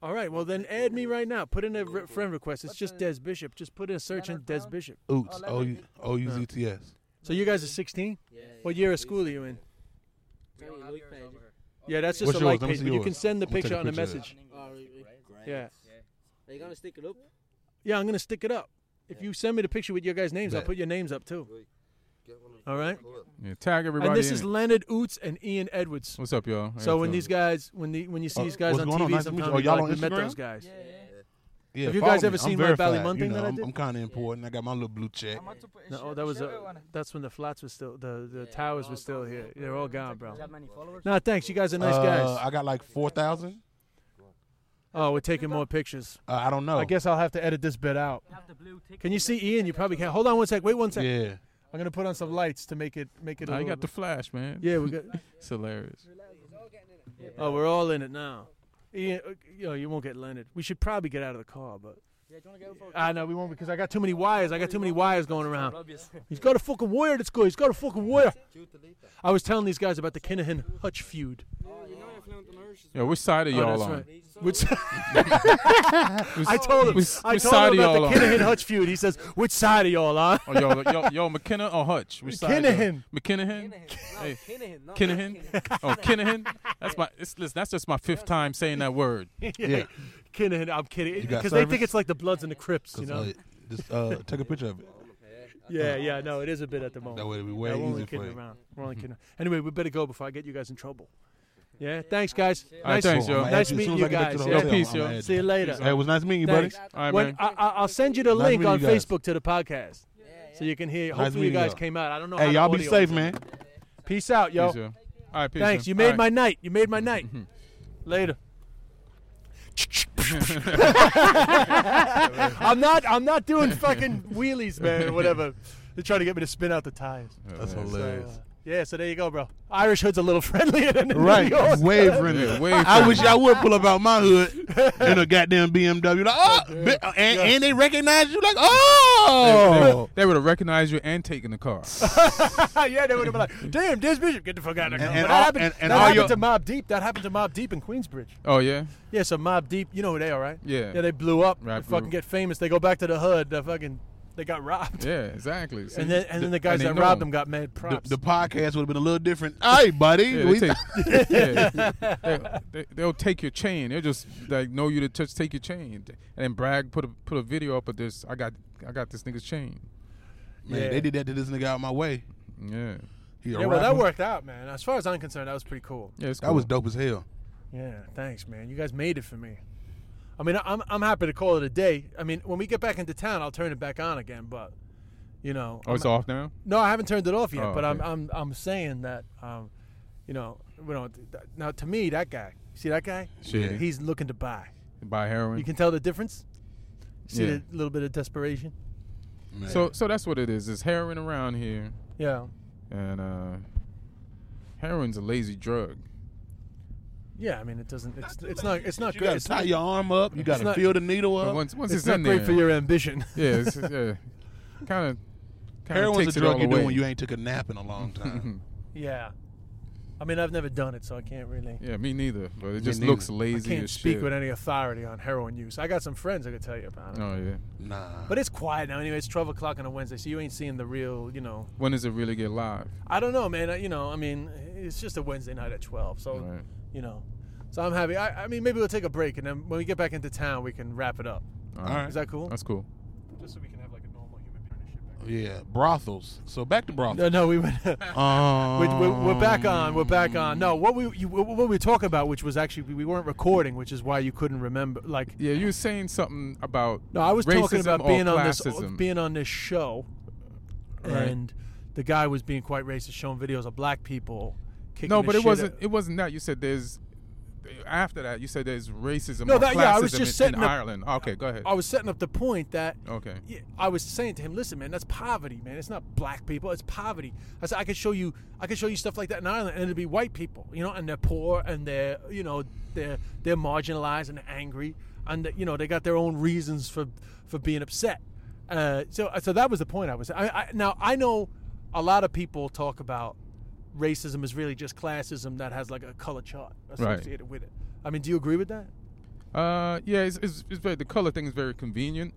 A: All right, well then add me right now. Put in a re- friend request. It's just Des Bishop. Just put in a search in Des Bishop.
C: Oots. O U O U Z T S.
A: So you guys are 16.
G: Yeah.
A: What year of school are you in?
G: Tell you, Luke page.
A: Yeah, that's just
C: What's
A: a
C: yours?
A: like
C: Let me
A: page,
C: see
A: but you
C: yours.
A: can send the
C: I'm gonna
A: picture
C: take a
A: on a
C: picture of
A: message.
G: Oh, right, right.
A: Yeah,
G: Are you going to stick it up?
A: yeah, I'm gonna stick it up. If you send me the picture with your guys' names, I'll
C: Bet.
A: put your names up too. All right.
D: Yeah, tag everybody.
A: And this
D: in
A: is
D: it.
A: Leonard Oots and Ian Edwards.
D: What's up, y'all?
A: So when
D: Hey,
A: these guys, when the when you see
C: Oh,
A: these guys
C: what's
A: on
C: going on?
A: TV,
C: Nice to meet
A: sometimes
C: you. Oh,
A: you
C: y'all
A: like,
C: on
A: we met
C: Instagram?
A: those guys.
C: Yeah,
A: Have you
C: follow
A: guys ever
C: me.
A: seen
C: I'm
A: my
C: verified.
A: Ballymun
C: You
A: thing
C: know,
A: that I
C: I'm,
A: did?
C: I'm kind of important. I got my little blue check.
E: I'm about to put a
A: No,
E: shout-
A: that was
E: shout
A: uh,
E: out on it.
A: that's when the flats were still the the
G: Yeah,
A: towers
G: all
A: were still
G: gone.
A: here. They're all gone, bro.
E: Is that many followers?
A: Nah, thanks. You guys are nice
C: Uh,
A: guys.
C: I got like four thousand.
A: Oh, we're taking more pictures.
C: Uh, I don't know.
A: I guess I'll have to edit this bit out.
E: Have the blue tick.
A: Can you see Ian? You probably can. Hold on one sec. Wait one sec.
C: Yeah.
A: I'm gonna put on some lights to make it make it. a
D: Now you
A: little
D: got the flash, man.
A: bit- Yeah, we got.
D: It's hilarious.
A: oh, we're all in it now. Ian, uh, you know, you won't get Leonard. We should probably get out of the car, but.
E: Yeah, do you want to get him
A: Ah, no, we won't because I got too many wires. I got too many wires going around.
E: Obvious.
A: *laughs* He's got a fucking wire. This guy. He's got a fucking wire. I was telling these guys about the Kinahan Hutch feud.
D: Yo, which side are
A: Oh,
D: y'all
A: that's
D: on?
A: right. Which
D: Which,
A: *laughs* I told him.
D: Which,
A: I
D: which
A: told
D: side
A: him
D: are y'all
A: about
D: on?
A: the Kinahan Hutch feud. He says, "Which side are y'all on?" *laughs*
D: Oh, yo, yo, yo, McKenna or Hutch? Which side?
A: Kinahan.
D: McKinahan.
G: No,
D: Hey.
G: Kinahan. No,
D: Kinahan. Oh, Kinahan. That's my. It's, listen, that's just my fifth time saying that word.
C: Yeah.
A: Kinahan, I'm kidding,
C: got
A: because they think
C: service?
A: it's like the Bloods and the Crips, you
C: 'Cause,
D: oh,
A: know?
C: uh, just *laughs* uh, take a picture of it.
A: yeah, yeah, no, it is a bit at the moment.
C: That way it'll be
A: Yeah,
C: way
A: we're only
C: easier for
A: kidding
C: you.
A: around. We're only kidding. Anyway, we better go before I get you guys in
C: *laughs*
A: trouble. Yeah, thanks, guys.
D: All right, thanks, yo.
C: I'ma add
A: Nice
C: as
A: meeting
C: soon
A: you
C: as I get back to
A: guys,
C: the
A: yeah.
C: hotel,
D: Peace,
C: I'ma
D: yo.
C: add
A: See
C: you.
A: you later.
C: Hey, it was nice meeting you, buddy.
A: Thanks.
D: All right,
A: When
D: man.
A: I, I, I'll send you the
C: Nice
A: link
C: meeting
A: on
C: you guys.
A: Facebook to the podcast, so you can hear.
C: Nice
A: Hopefully, you
C: meeting
A: guys
C: y'all.
A: came out. I don't know. how
C: Hey,
A: the
C: y'all be
A: audio
C: safe,
A: is.
C: man. *laughs*
A: Peace out, yo.
D: Peace, yo. All right, peace.
A: Thanks.
D: yo.
A: You
D: All
A: made
D: right.
A: my night. You made my night.
C: Mm-hmm.
A: Later. *laughs*
C: *laughs*
A: I'm not. I'm not doing fucking wheelies, man. Whatever. They try to get me to spin out the tires.
C: That's
A: So, uh,
C: hilarious.
A: yeah, so there you go, bro. Irish hood's a little *laughs* friendlier than in
C: *laughs*
A: New
C: Right,
A: York.
C: wavering.
D: Yeah, wave
C: I
D: friendly.
C: wish I would pull up out my hood in a goddamn BMW. Like, oh, bi- and, and they recognize you. Like,
D: They- they
C: oh,
D: would- They would have recognized you and taken
A: *laughs*
D: the car.
A: *laughs* yeah, they would have been like, "Damn, Des Bishop, get the fuck out of here."
C: And- and
A: But
C: all-
A: that happened,
C: and- and
A: that
C: all
A: happened
C: your-
A: to Mob Deep. That happened to Mob Deep in Queensbridge.
D: Oh yeah.
A: Yeah, so Mob Deep, you know who they are, right?
D: Yeah.
A: Yeah, they blew up.
D: Right,
A: They fucking
D: blew-
A: get famous. They go back to the hood. They fucking, they got robbed.
D: Yeah, exactly. See?
A: And then, and then the
D: Th-
A: guys
D: they
A: that
D: know
A: robbed
D: 'em.
A: them got mad
C: the,
A: props.
C: the podcast would have been a little different. Hey, buddy,
D: Yeah,
C: we-
D: they
A: *laughs*
D: take, yeah, they, they, will take your chain. They'll just like know you to touch, take your chain, and then brag. Put a put a video up of this. I got I got this nigga's chain.
C: man,
A: Yeah.
C: they did that to this nigga out my way.
D: Yeah,
C: He a
A: yeah, well, that
C: rapper.
A: worked out, man. As far as I'm concerned, that was pretty cool.
D: yeah. It's
C: That was
D: cool.
C: dope as hell.
A: Yeah, thanks, man. You guys made it for me. I mean, I- I'm I'm happy to call it a day. I mean, when we get back into town, I'll turn it back on again. But, you know,
D: Oh, it's off now.
A: No, I haven't turned it off yet,
D: Oh,
A: but I'm,
D: okay.
A: I'm I'm saying that, um, you know, we don't. th- Now to me, that guy, see that guy,
D: Shady.
A: he's looking to buy.
D: By heroin.
A: You can tell the difference. See
D: Yeah.
A: the little bit of desperation.
C: Man.
D: so so that's what it is. It's heroin around here,
A: Yeah,
D: and uh, heroin's a lazy drug.
A: yeah. I mean, it doesn't. It's it's not it's not
C: you
A: great.
C: gotta
A: It's
C: tie
A: not,
C: your arm up. You gotta
A: not-
C: feel the needle
D: But
C: up.
D: once once it's,
A: it's not
D: in
A: great
D: there,
A: for your ambition.
D: yeah,
A: *laughs*
D: it's, yeah, kind of.
C: Heroin's a drug you do
D: away.
C: when you ain't took a nap in a
D: *laughs*
C: long time.
A: yeah, I mean, I've never done it, so I can't really.
D: Yeah, me neither. But it just
C: neither.
D: looks
A: I
D: lazy
A: can't
D: as
A: speak
D: shit.
A: with any authority on heroin use. I got some friends I could tell you about it.
D: oh yeah.
C: nah.
A: But it's quiet now. Anyway, it's twelve o'clock on a Wednesday, so you ain't seeing the real, you know,
D: When does it really get live?
A: I don't know, man. I- You know, I mean, it's just a Wednesday night at twelve, so
D: Right.
A: you know, so I'm happy. I, I mean, maybe we'll take a break, and then when we get back into town, we can wrap it up.
D: All
C: right.
A: Is that cool?
D: That's cool.
A: Just so we can have like a normal human partnership.
C: yeah, brothels. So back to brothels.
A: No, no, we went. *laughs*
C: Um,
A: we, we, we're back on. We're back on. No, what we you, what what we talk about, which was actually we- we weren't recording, which is why you couldn't remember. Like,
D: Yeah, you were saying something about
A: no, I was talking
D: racism
A: about
D: or
A: being on this
D: classism.
A: being on this show,
D: Right.
A: and the guy was being quite racist, showing videos of black people. Kicking
D: no,
A: the
D: but it
A: shit
D: wasn't.
A: out-
D: It wasn't that. You said there's after that. You said there's racism.
A: No,
D: or
A: that- yeah, I was
D: classism
A: just
D: in,
A: setting
D: in
A: up-
D: Ireland. Okay, go ahead.
A: I was setting up the point that
D: Okay.
A: Yeah, I was saying to him, listen, man, that's poverty, man. It's not black people, it's poverty. I said I could show you, I could show you stuff like that in Ireland, and it'd be white people, you know, and they're poor and they're, you know, they're they're marginalized and angry, and you know they got their own reasons for for being upset. Uh, so so that was the point I was. I, I now I know a lot of people talk about racism is really just classism that has like a color chart
D: Right.
A: associated with it. I mean, do you agree with that?
D: Uh, yeah, it's, it's, it's very, the color thing is very convenient.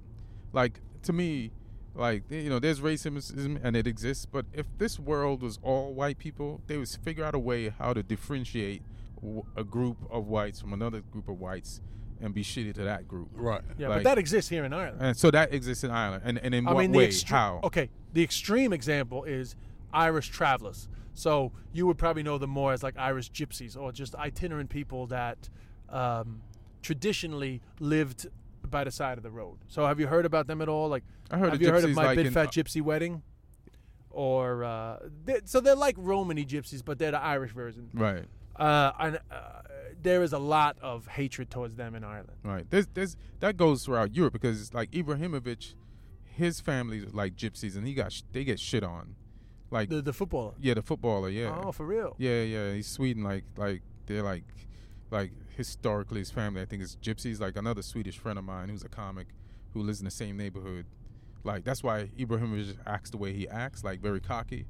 D: Like to me, like you know, there's racism and it exists. But if this world was all white people, they would figure out a way how to differentiate w- a group of whites from another group of whites and be shitty to that group.
C: Right.
A: Yeah,
D: Like-
A: but that exists here in Ireland.
D: And so that exists in Ireland. And and in
A: I
D: what
A: mean,
D: way?
A: the extre-
D: how?
A: Okay, the extreme example is Irish travelers. So you would probably know them more as like Irish gypsies or just itinerant people that um, traditionally lived by the side of the road. So have you heard about them at all? Like,
D: I heard
A: have
D: of
A: you heard of
D: gypsies,
A: my
D: like,
A: big
D: in- uh,
A: fat gypsy wedding? Or uh, they so they're like Romany gypsies, but they're the Irish version.
D: Right.
A: Uh, and uh, there is a lot of hatred towards them in Ireland.
D: Right. There's, there's, that goes throughout Europe because like Ibrahimovic, his family is like gypsies and he got sh- they get shit on, like
A: The the footballer.
D: yeah the footballer yeah
A: Oh, for real.
D: yeah yeah he's Sweden like like they're like like historically his family I think is gypsies like another Swedish friend of mine who's a comic who lives in the same neighborhood, like that's why Ibrahimovic acts the way he acts like very cocky,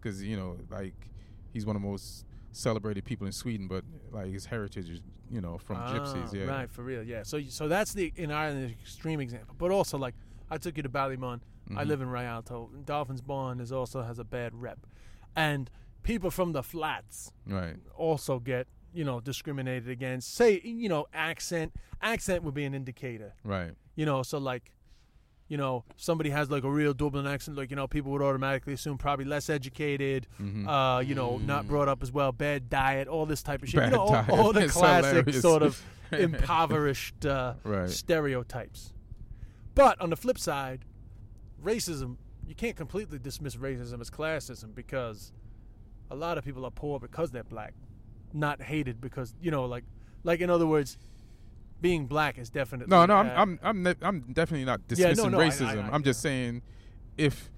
D: because you know like he's one of the most celebrated people in Sweden but like his heritage is you know from gypsies
A: Ah,
D: yeah
A: right for real yeah so so that's the in Ireland the extreme example but also like I took you to Ballymun I
D: Mm-hmm.
A: live in Rialto Dolphins Bond is also has a bad rep and people from the flats
D: right
A: also get you know discriminated against say you know accent accent would be an indicator
D: right.
A: you know so like you know somebody has like a real Dublin accent like you know people would automatically assume probably less educated
D: Mm-hmm.
A: uh you know not brought up as well bad diet all this type of shit
D: Mm. Bad
A: you know all,
D: diet.
A: all the
D: It's
A: classic
D: hilarious.
A: sort
D: *laughs*
A: of impoverished uh,
D: Right.
A: stereotypes but on the flip side racism you can't completely dismiss racism as classism because a lot of people are poor because they're black not hated because you know like like in other words being black is definitely
D: No, no, I'm,
A: uh,
D: I'm, I'm, ne- I'm definitely not dismissing
A: no, I- I-
D: racism. I,
A: I-
D: am just saying, if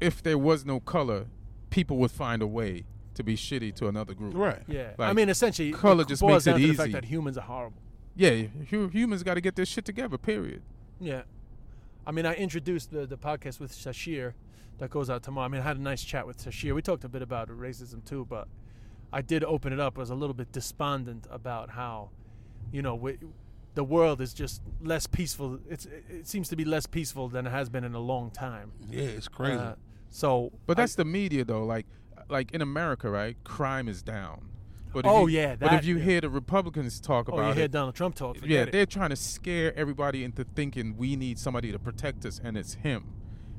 D: if there was no color, people would find a way to be shitty to another group.
C: Right.
A: Yeah, I
D: Like,
A: mean, essentially,
D: color
A: it
D: just
A: boils
D: makes
A: down
D: it
A: to the fact
D: easy.
A: that humans are horrible.
D: Yeah, hu- humans got to get their shit together. Period.
A: Yeah, I mean, I introduced the, the podcast with Sashir, that goes out tomorrow. I mean, I had a nice chat with Sashir. We talked a bit about racism too, but I did open it up. I was a little bit despondent about how, you know, we, the world is just less peaceful. It's it seems to be less peaceful than it has been in a long time.
C: Yeah, it's crazy.
A: Uh, so,
D: Mm-hmm. But that's the media though. Like like in America, right? Crime is down. But if
A: Oh,
D: you-
A: yeah,
D: but
A: that-
D: if you
A: yeah.
D: hear the Republicans talk
A: oh,
D: about
A: you hear
D: it,
A: Donald Trump talk?
D: yeah,
A: forget it.
D: they're trying to scare everybody into thinking we need somebody to protect us, and it's him.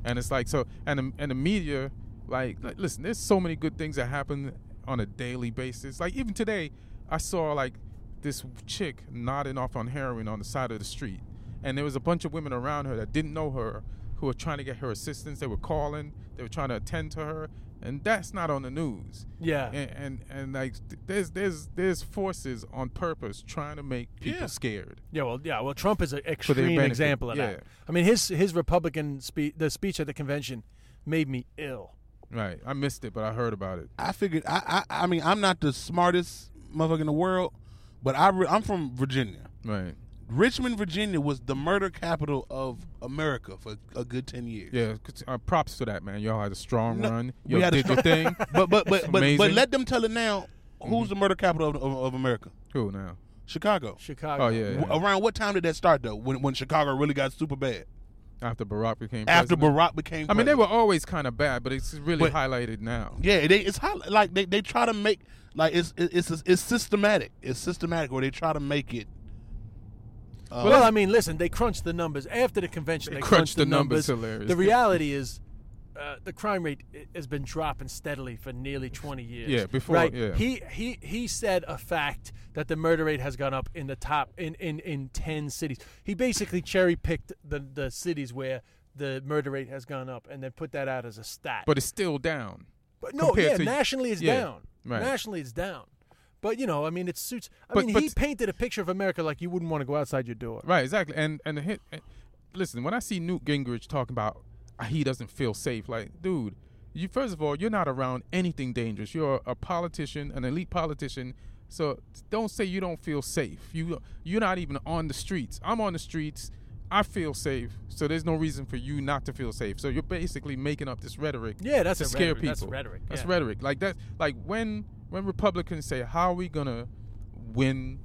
D: And it's like so, and the, and the media, like, like, listen, there's so many good things that happen on a daily basis. Like even today, I saw like this chick nodding off on heroin on the side of the street, and there was a bunch of women around her that didn't know her, who were trying to get her assistance. They were calling, they were trying to attend to her, and that's not on the news.
A: Yeah.
D: and and, and like th- there's there's there's forces on purpose trying to make people
C: Yeah.
D: scared.
A: Yeah, well, yeah, well, Trump is an extreme
D: benefit,
A: example of
D: yeah.
A: that. I mean, his his Republican speech, the speech at the convention, made me ill.
D: Right. I missed it, but I heard about it.
C: I figured. I, I I mean, I'm not the smartest motherfucker in the world, but I re- I'm from Virginia.
D: Right.
C: Richmond, Virginia was the murder capital of America for a good ten years.
D: Yeah. c- Uh, props to that, man. Y'all had a strong
C: No,
D: run.
C: we
D: Y'all
C: had a
D: did your
C: strong-
D: thing.
C: *laughs* But but but but, but
D: Amazing. Mm-hmm.
C: let them tell it now. Who's the murder capital of, of, of America?
D: Cool now.
C: Chicago.
A: Chicago.
D: Oh yeah. yeah.
C: W- Around what time did that start though? When when Chicago really got super bad
D: After Barack became
C: after
D: president.
C: Barack became.
D: I mean, they
C: president.
D: were always kind of bad, but it's really
C: But-
D: highlighted now.
C: Yeah, they, it's high, like they, they try to make like it's it- it's it's systematic. It's systematic, or they try to make it. Uh,
A: well, I mean, listen, they crunched the numbers after the convention. They,
D: They crunched the numbers, hilarious.
A: The reality is, uh, the crime rate i- has been dropping steadily for nearly 20 years.
D: Yeah, before-
A: right?
D: yeah.
A: He he he said a fact that the murder rate has gone up in the top in in in 10 cities. He basically cherry picked the the cities where the murder rate has gone up and then put that out as a stat.
D: But it's still down.
A: But no,
D: compared
A: yeah,
D: to-
A: nationally it's
D: yeah,
A: down.
D: right.
A: Nationally it's down. But you know, I mean, it suits. I
D: But-
A: mean, he
D: but-
A: painted a picture of America like you wouldn't want to go outside your door.
D: Right, exactly. And and, the hit, and listen, when I see Newt Gingrich talking about uh, he doesn't feel safe, like, dude, you first of all, you're not around anything dangerous. You're a politician, an elite politician. So don't say you don't feel safe. You you're not even on the streets. I'm on the streets. I feel safe. So there's no reason for you not to feel safe. So you're basically making up this rhetoric.
A: Yeah, that's
D: to
A: a
D: scare
A: rhetoric.
D: people.
A: That's rhetoric,
D: That's
A: yeah.
D: rhetoric. Like that. Like when when Republicans say, "How are we gonna win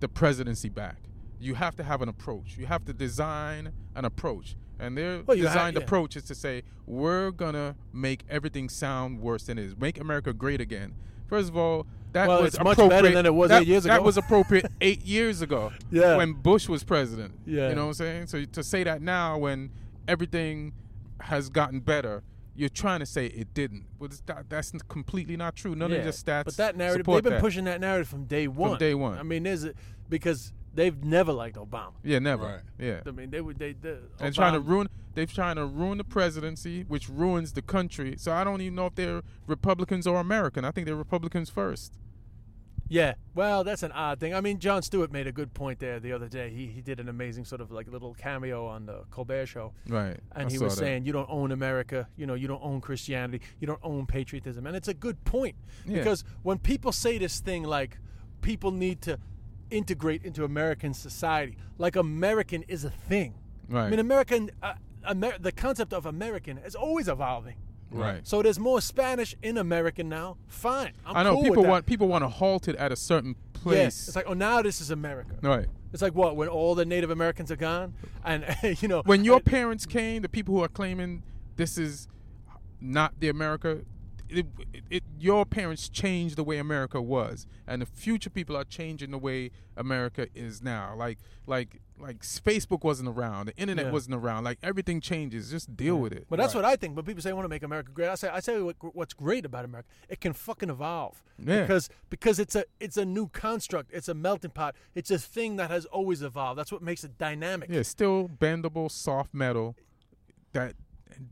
D: the presidency back. You have to have an approach. You have to design an approach. And their
A: Well, you ha-
D: designed
A: yeah.
D: approach is to say, we're going to make everything sound worse than it is. Make America great again. First of all, that
A: Well,
D: was
A: it's much better
D: appropriate-
A: than it was
D: that-
A: eight years
D: That
A: ago.
D: was appropriate
A: *laughs*
D: eight years ago
A: Yeah.
D: when Bush was president.
A: Yeah.
D: You know what I'm saying? So to say that now when everything has gotten better, you're trying to say it didn't. But it's not, that's completely not true. None
A: Yeah,
D: of the stats
A: But that narrative,
D: support
A: they've been
D: that.
A: pushing that narrative from day one.
D: day one.
A: I mean, there's a, because they've never liked Obama.
D: Yeah, never.
C: Right.
D: Yeah.
A: I mean, they would they. they
D: and trying to
A: Obama-
D: ruin they've trying to ruin the presidency which ruins the country so i don't even know if they're republicans or american i think they're republicans first
A: Yeah, well, that's an odd thing. I mean, John Stewart made a good point there the other day. He he did an amazing sort of like little cameo on the Colbert Show.
D: Right,
A: And
D: I
A: he
D: saw
A: was
D: that.
A: saying, you don't own America. You know, you don't own Christianity. You don't own patriotism. And it's a good point
D: Yeah.
A: because when people say this thing like people need to integrate into American society, like American is a thing. I
D: Right.
A: mean, American, uh, Amer- the concept of American is always evolving.
D: right
A: So there's more Spanish in American now. Fine, I'm
D: i know
A: cool with
D: people
A: that.
D: want people want to halt it at a certain place
A: Yeah, it's like, oh, now this is America.
D: right
A: It's like what when all the Native Americans are gone, and *laughs* you know
D: when your
A: and-
D: parents came the people who are claiming this is not the america it, it, it, your parents changed the way America was, and the future people are changing the way America is now. Like, like, like, Facebook wasn't around, the internet
A: Yeah.
D: wasn't around. Like, everything changes. Just deal with it.
A: But that's what I think. When people say I want to make America great, I say I say what, what's great about America. It can fucking evolve
D: Yeah.
A: because because it's a it's a new construct. It's a melting pot. It's a thing that has always evolved. That's what makes it dynamic.
D: Yeah, still bendable, soft metal that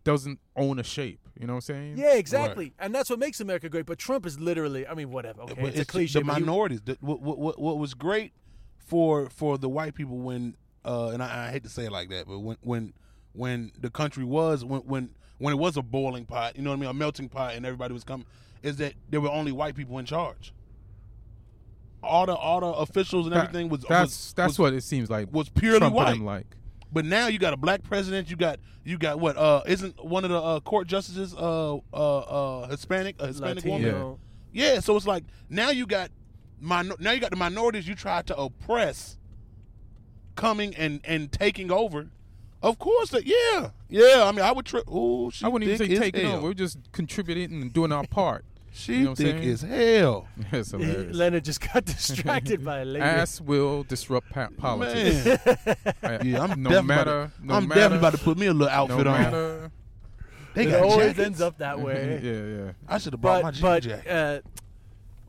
D: doesn't own a shape. You know what I'm saying?
A: Yeah, exactly. And that's what makes America great. But Trump is literally, I mean, whatever. Okay,
C: Well,
A: it's, a cliche.
C: The
A: but you-
C: minorities. The- what, what, what, what was great for for the white people when uh, and I, I hate to say it like that, but when when when the country was when when when it was a boiling pot, you know what I mean, a melting pot, and everybody was coming, is that there were only white people in charge. All the all the officials and
D: That-
C: everything was
D: that's
C: was,
D: that's
C: was-
D: what it seems like.
C: was purely
D: Trump and
C: white.
D: them like
C: But now you got a black president. You got you got what? Uh, isn't one of the uh, court justices uh, uh, uh, Hispanic? A Hispanic woman.
A: *laughs* Latino.
C: Yeah. So it's like now you got minor- now you got the minorities you tried to oppress coming and and taking over. Of course, that yeah, yeah. I mean, I would trip. Oh, she
D: I wouldn't even
C: thick
D: say
C: as
D: taking
C: hell.
D: on. We're just contributing and doing our part.
C: She
D: You know what I'm
C: thick
D: saying?
C: as hell.
D: It's hilarious.
A: Leonard just got *laughs* distracted
D: *laughs*
A: by a lady.
D: Ass will disrupt pa-
C: *laughs*
D: politics. *laughs*
C: Man.
D: I-
C: Yeah, I'm
D: no
C: definitely
D: matter.
C: About to,
D: No
C: I'm
D: matter,
C: definitely about
D: *laughs*
C: to put me a little
D: no
C: outfit on.
D: matter.
C: They
A: it
C: got
A: always
C: jackets.
A: ends up that
D: *laughs*
A: way.
D: yeah, yeah.
C: I should have brought my
A: but
C: jean
A: but
C: jacket.
A: uh,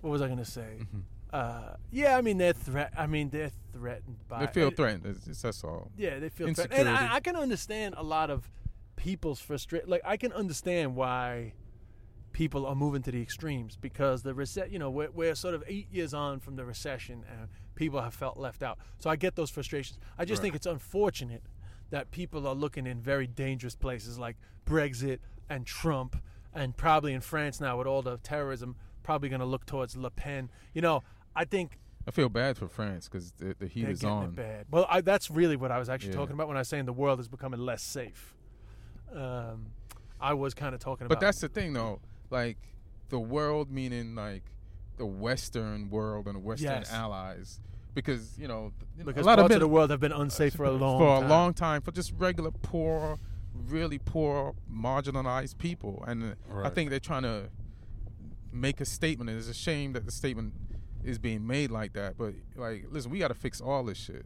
A: what was I gonna say?
D: Mm-hmm.
A: Uh, yeah, I mean they're threat. I mean they're threatened by.
D: They feel threatened. It's, it's, that's all.
A: Yeah, they feel threatened. And
D: Insecurity.
A: I, I can understand a lot of people's frustration. Like I can understand why people are moving to the extremes because the reset. You know, we're, we're sort of eight years on from the recession, and people have felt left out. So I get those frustrations. I just think it's unfortunate that people are looking in very dangerous places like Brexit and Trump, and probably in France now with all the terrorism, probably going to look towards Le Pen. You know, I think
D: I feel bad for France because the, the heat
A: they're
D: is
A: getting
D: on.
A: it bad. Well, I, that's really what I was actually
D: Yeah.
A: talking about when I was saying the world is becoming less safe. Um, I was kind of talking
D: But
A: about.
D: that's the thing, though. Like the world, meaning like the Western world and Western
A: Yes.
D: allies, because you know th- you know,
A: because
D: a lot of
A: parts of,
D: it
A: the world have been
D: *laughs*
A: unsafe for a long
D: for
A: time.
D: a long time for just regular poor, really poor, marginalized people, and uh, I
C: Right.
D: think they're trying to make a statement. And it's a shame that the statement is being made like that. But like, listen, we got to fix all this shit.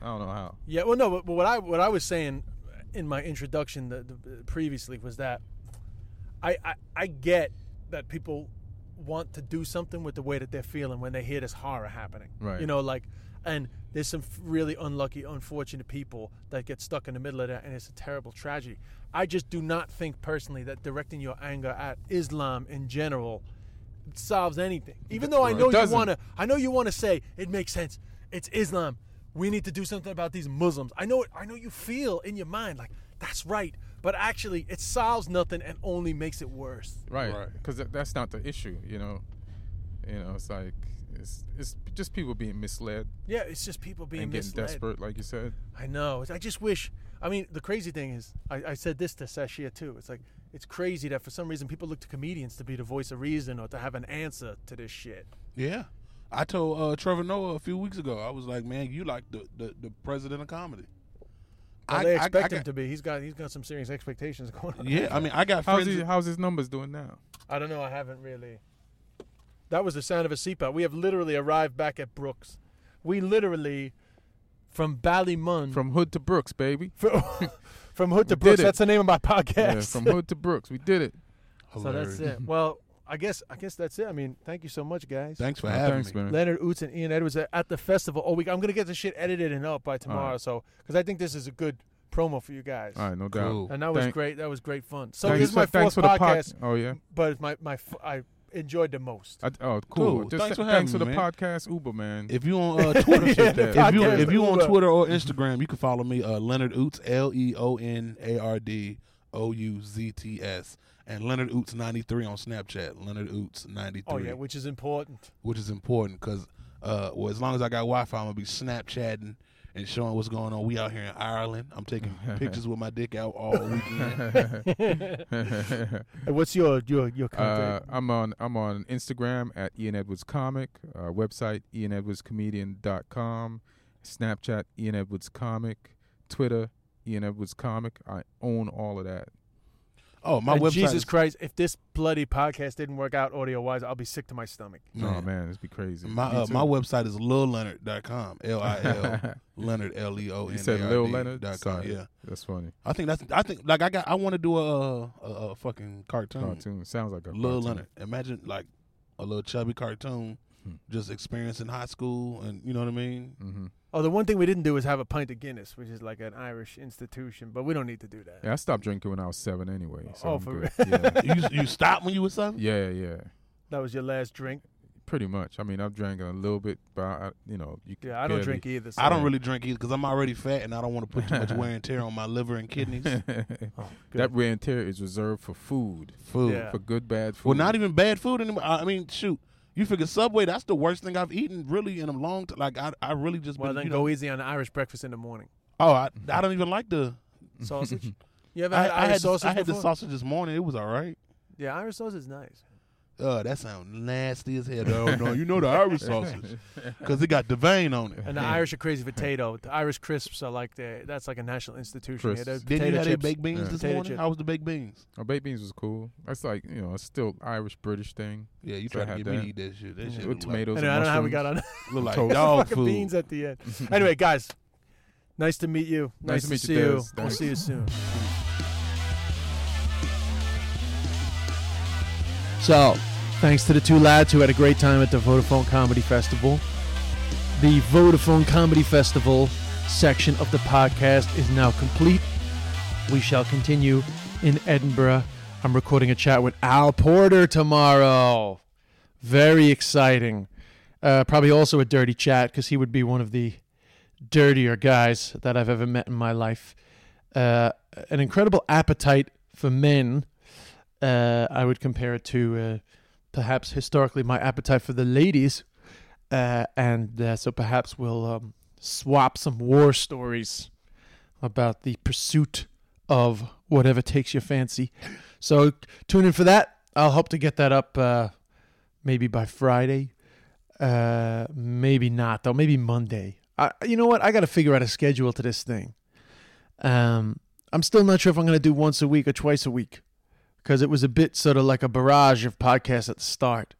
D: I don't know how.
A: Yeah, well, no, but, but what I what I was saying in my introduction the, the, previously was that I, I I get that people want to do something with the way that they're feeling when they hear this horror happening.
D: Right.
A: You know, like, and there's some f- really unlucky, unfortunate people that get stuck in the middle of that, and it's a terrible tragedy. I just do not think personally that directing your anger at Islam in general solves anything. Even though I
D: Right.
A: know you
D: It doesn't.
A: want to, *laughs* I know you want to say it makes sense. It's Islam. We need to do something about these Muslims. I know. I know you feel in your mind like that's right, but actually it solves nothing and only makes it worse.
D: right
C: Right.
D: because that's not the issue you know you know it's like it's it's just people being misled
A: Yeah, it's just people being
D: and getting
A: misled.
D: desperate like you said
A: I know. It's- I just wish. I mean, the crazy thing is, I, I said this to Sashia too. It's like it's crazy that for some reason people look to comedians to be the voice of reason or to have an answer to this shit.
C: Yeah. I told uh, Trevor Noah a few weeks ago, I was like, man, you like the, the, the president of comedy.
A: Well, they expect him
C: got-
A: to be. He's got he's got some serious expectations *laughs* going on.
C: Yeah, I mean, I got
D: how's
C: friends.
D: his, how's his numbers doing now
A: I don't know. I haven't really. That was the sound of a seatbelt. We have literally arrived back at Brooks. We literally, from Ballymun,
D: from hood to brooks baby
A: *laughs* from, from Hood to
D: We did
A: Brooks.
D: it.
A: That's the name of my
D: yeah,
A: podcast. *laughs*
D: from hood to brooks we did it
A: so that's it. Well, I guess I guess that's it. I mean, thank you so much, guys.
C: Thanks for
D: Oh,
C: having
D: thanks
C: me.
D: man
A: Leonard Oots and Ian Edwards are at the festival all week. I'm gonna get this shit edited and up by tomorrow.
D: right.
A: So because I think this is a good promo for you guys.
D: all right no doubt
C: Cool.
A: And that was
D: Thank-
A: great. That was great fun. So
D: Thanks
A: this is my
D: for- thanks
A: fourth
D: for the pod-
A: podcast,
D: oh yeah
A: but it's my my f- I enjoyed the most.
D: I, oh cool
C: Cool.
D: just
C: Thanks
D: thanks,
C: for having
D: thanks for
C: me,
D: the
C: man.
D: podcast uber man *laughs*
C: If *laughs* you on uh, Twitter,
D: Yeah, the
C: if you
A: podcast
C: if you on
A: Uber.
C: Twitter or Instagram, you can follow me, uh, Leonard Oots, L E O N A R D O U Z T S, and Leonard Oots ninety three on Snapchat, Leonard Oots ninety
A: Oh
C: three,
A: yeah, which is important.
C: which is important because uh, well, as long as I got Wi Fi, I'm gonna be Snapchatting and showing what's going on. We out here in Ireland. I'm taking pictures with my dick out all
D: *laughs*
C: weekend. Uh,
A: And what's your your your
D: Uh,
A: contact?
D: I'm on I'm on Instagram at Ian Edwards Comic, uh, website ianedwardscomedian.com, Snapchat Ian Edwards Comic, Twitter Ian Edwards Comic. I own all of that.
C: oh, my
A: And
C: website.
A: Jesus
C: is-
A: Christ! If this bloody podcast didn't work out audio wise, I'll be sick to my stomach.
D: Oh man, this be crazy.
C: My
D: Me
C: uh,
D: too.
C: my website is
D: *laughs*
C: lilleonard.com. L I L Leonard L E O N A R D.
D: You said Lil Leonard.
C: dot com.
D: Sorry.
C: Yeah.
D: that's funny.
C: I think that's I think like I got I want to do a, a a fucking cartoon.
D: Cartoon sounds like a
C: Lil
D: cartoon.
C: Leonard. Imagine like a little chubby cartoon
D: Hmm.
C: just experiencing high school and you know what I
D: *laughs*
C: mean?
D: Mm-hmm.
A: Oh, the one thing we didn't do is have a pint of Guinness, which is like an Irish institution, but we don't need to do that.
D: Yeah, I stopped drinking when I was seven anyway. So
A: Oh,
D: I'm
A: for
D: good. yeah.
C: *laughs* you you stopped when you was seven?
D: yeah, yeah,
A: That was your last drink.
D: Pretty much. I mean, I'm drinking a little bit, but I, you know, you
H: Yeah, I don't
D: barely- *laughs*
H: drink either. So.
C: I don't really drink either because I'm already fat and I don't want to put too much wear and tear on my liver and
D: *laughs*
C: kidneys.
H: Oh,
D: that wear and tear is reserved for food.
C: Food.
H: Yeah.
D: For good, bad food.
C: Well, not even bad food anymore. I I mean, shoot, you figure Subway? That's the worst thing I've eaten really in a long time. Like I, I really just
H: Well,
C: been,
H: then
C: you
H: go
C: know,
H: easy on the Irish breakfast in the
D: *laughs*
H: morning.
C: oh, I, I don't even like the.
H: Sausage. you ever
C: I,
H: had
C: I
H: Irish
C: had the-
H: sausage
C: I had the
H: before?
C: sausage this morning. It was all right.
H: Yeah, Irish sausage is nice.
C: Oh, that sounds nasty as hell. Oh no, you know
H: *laughs*
C: the Irish
D: *laughs*
C: sausage because it got the vein on it.
H: And the Irish are crazy potato. The Irish crisps are like the that's like a national institution. here.
D: Crisps.
H: They're
C: Did you
H: potato
C: have they
H: chips.
C: baked beans
D: Yeah.
C: this
H: Potato
C: morning?
H: chips.
C: How was the baked beans?
D: Oh, baked beans was cool. That's like you know, it's still Irish British thing.
C: Yeah, you
D: So I
C: tried to
D: had
C: get me to
D: that.
C: eat that shit. That shit
D: With
C: look like,
D: tomatoes.
H: Anyway,
D: and
H: I don't know how we got
D: mushrooms.
H: on
C: look like
D: Toast.
C: dog
H: fucking
C: food.
H: beans at the end. Anyway, guys, nice to meet you.
D: Nice to meet you,
H: see you.
D: Des.
H: We'll
D: Thanks.
H: see you soon.
A: So, thanks to the two lads who had a great time at the Vodafone Comedy Festival. The Vodafone Comedy Festival section of the podcast is now complete. We shall continue in Edinburgh. I'm recording a chat with Al Porter tomorrow. Very exciting. Uh, probably also a dirty chat because he would be one of the dirtier guys that I've ever met in my life. Uh, an incredible appetite for men uh, I would compare it to uh, perhaps historically my appetite for the ladies, uh, and uh, so perhaps we'll um, swap some war stories about the pursuit of whatever takes your fancy. So tune in for that. I'll hope to get that up uh, maybe by Friday, uh, maybe not though. Maybe Monday. I, you know what? I got to figure out a schedule to this thing. Um, I'm still not sure if I'm going to do once a week or twice a week because it was a bit sort of like a barrage of podcasts at the start.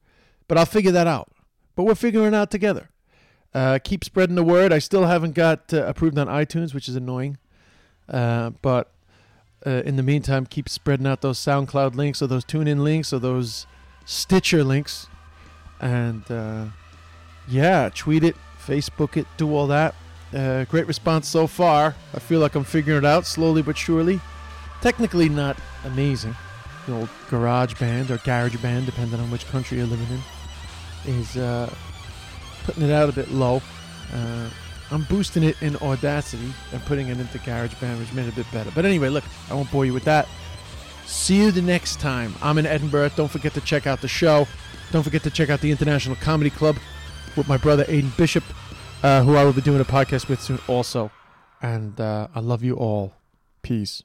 A: But I'll figure that out. But we're figuring it out together. Uh, keep spreading the word. I still haven't got uh, approved on iTunes, which is annoying. Uh, but uh, in the meantime, keep spreading out those SoundCloud links or those TuneIn links or those Stitcher links. And uh, yeah, tweet it, Facebook it, do all that. Uh, great response so far. I feel like I'm figuring it out slowly but surely. Technically, not amazing the old garage band or garage band, depending on which country you're living in, is uh, putting it out a bit low. Uh, I'm boosting it in Audacity and putting it into GarageBand, which made it a bit better. But anyway, look, I won't bore you with that. See you the next time. I'm in Edinburgh. Don't forget to check out the show. Don't forget to check out the International Comedy Club with my brother Aiden Bishop, uh, who I will be doing a podcast with soon also. And uh, I love you all. Peace.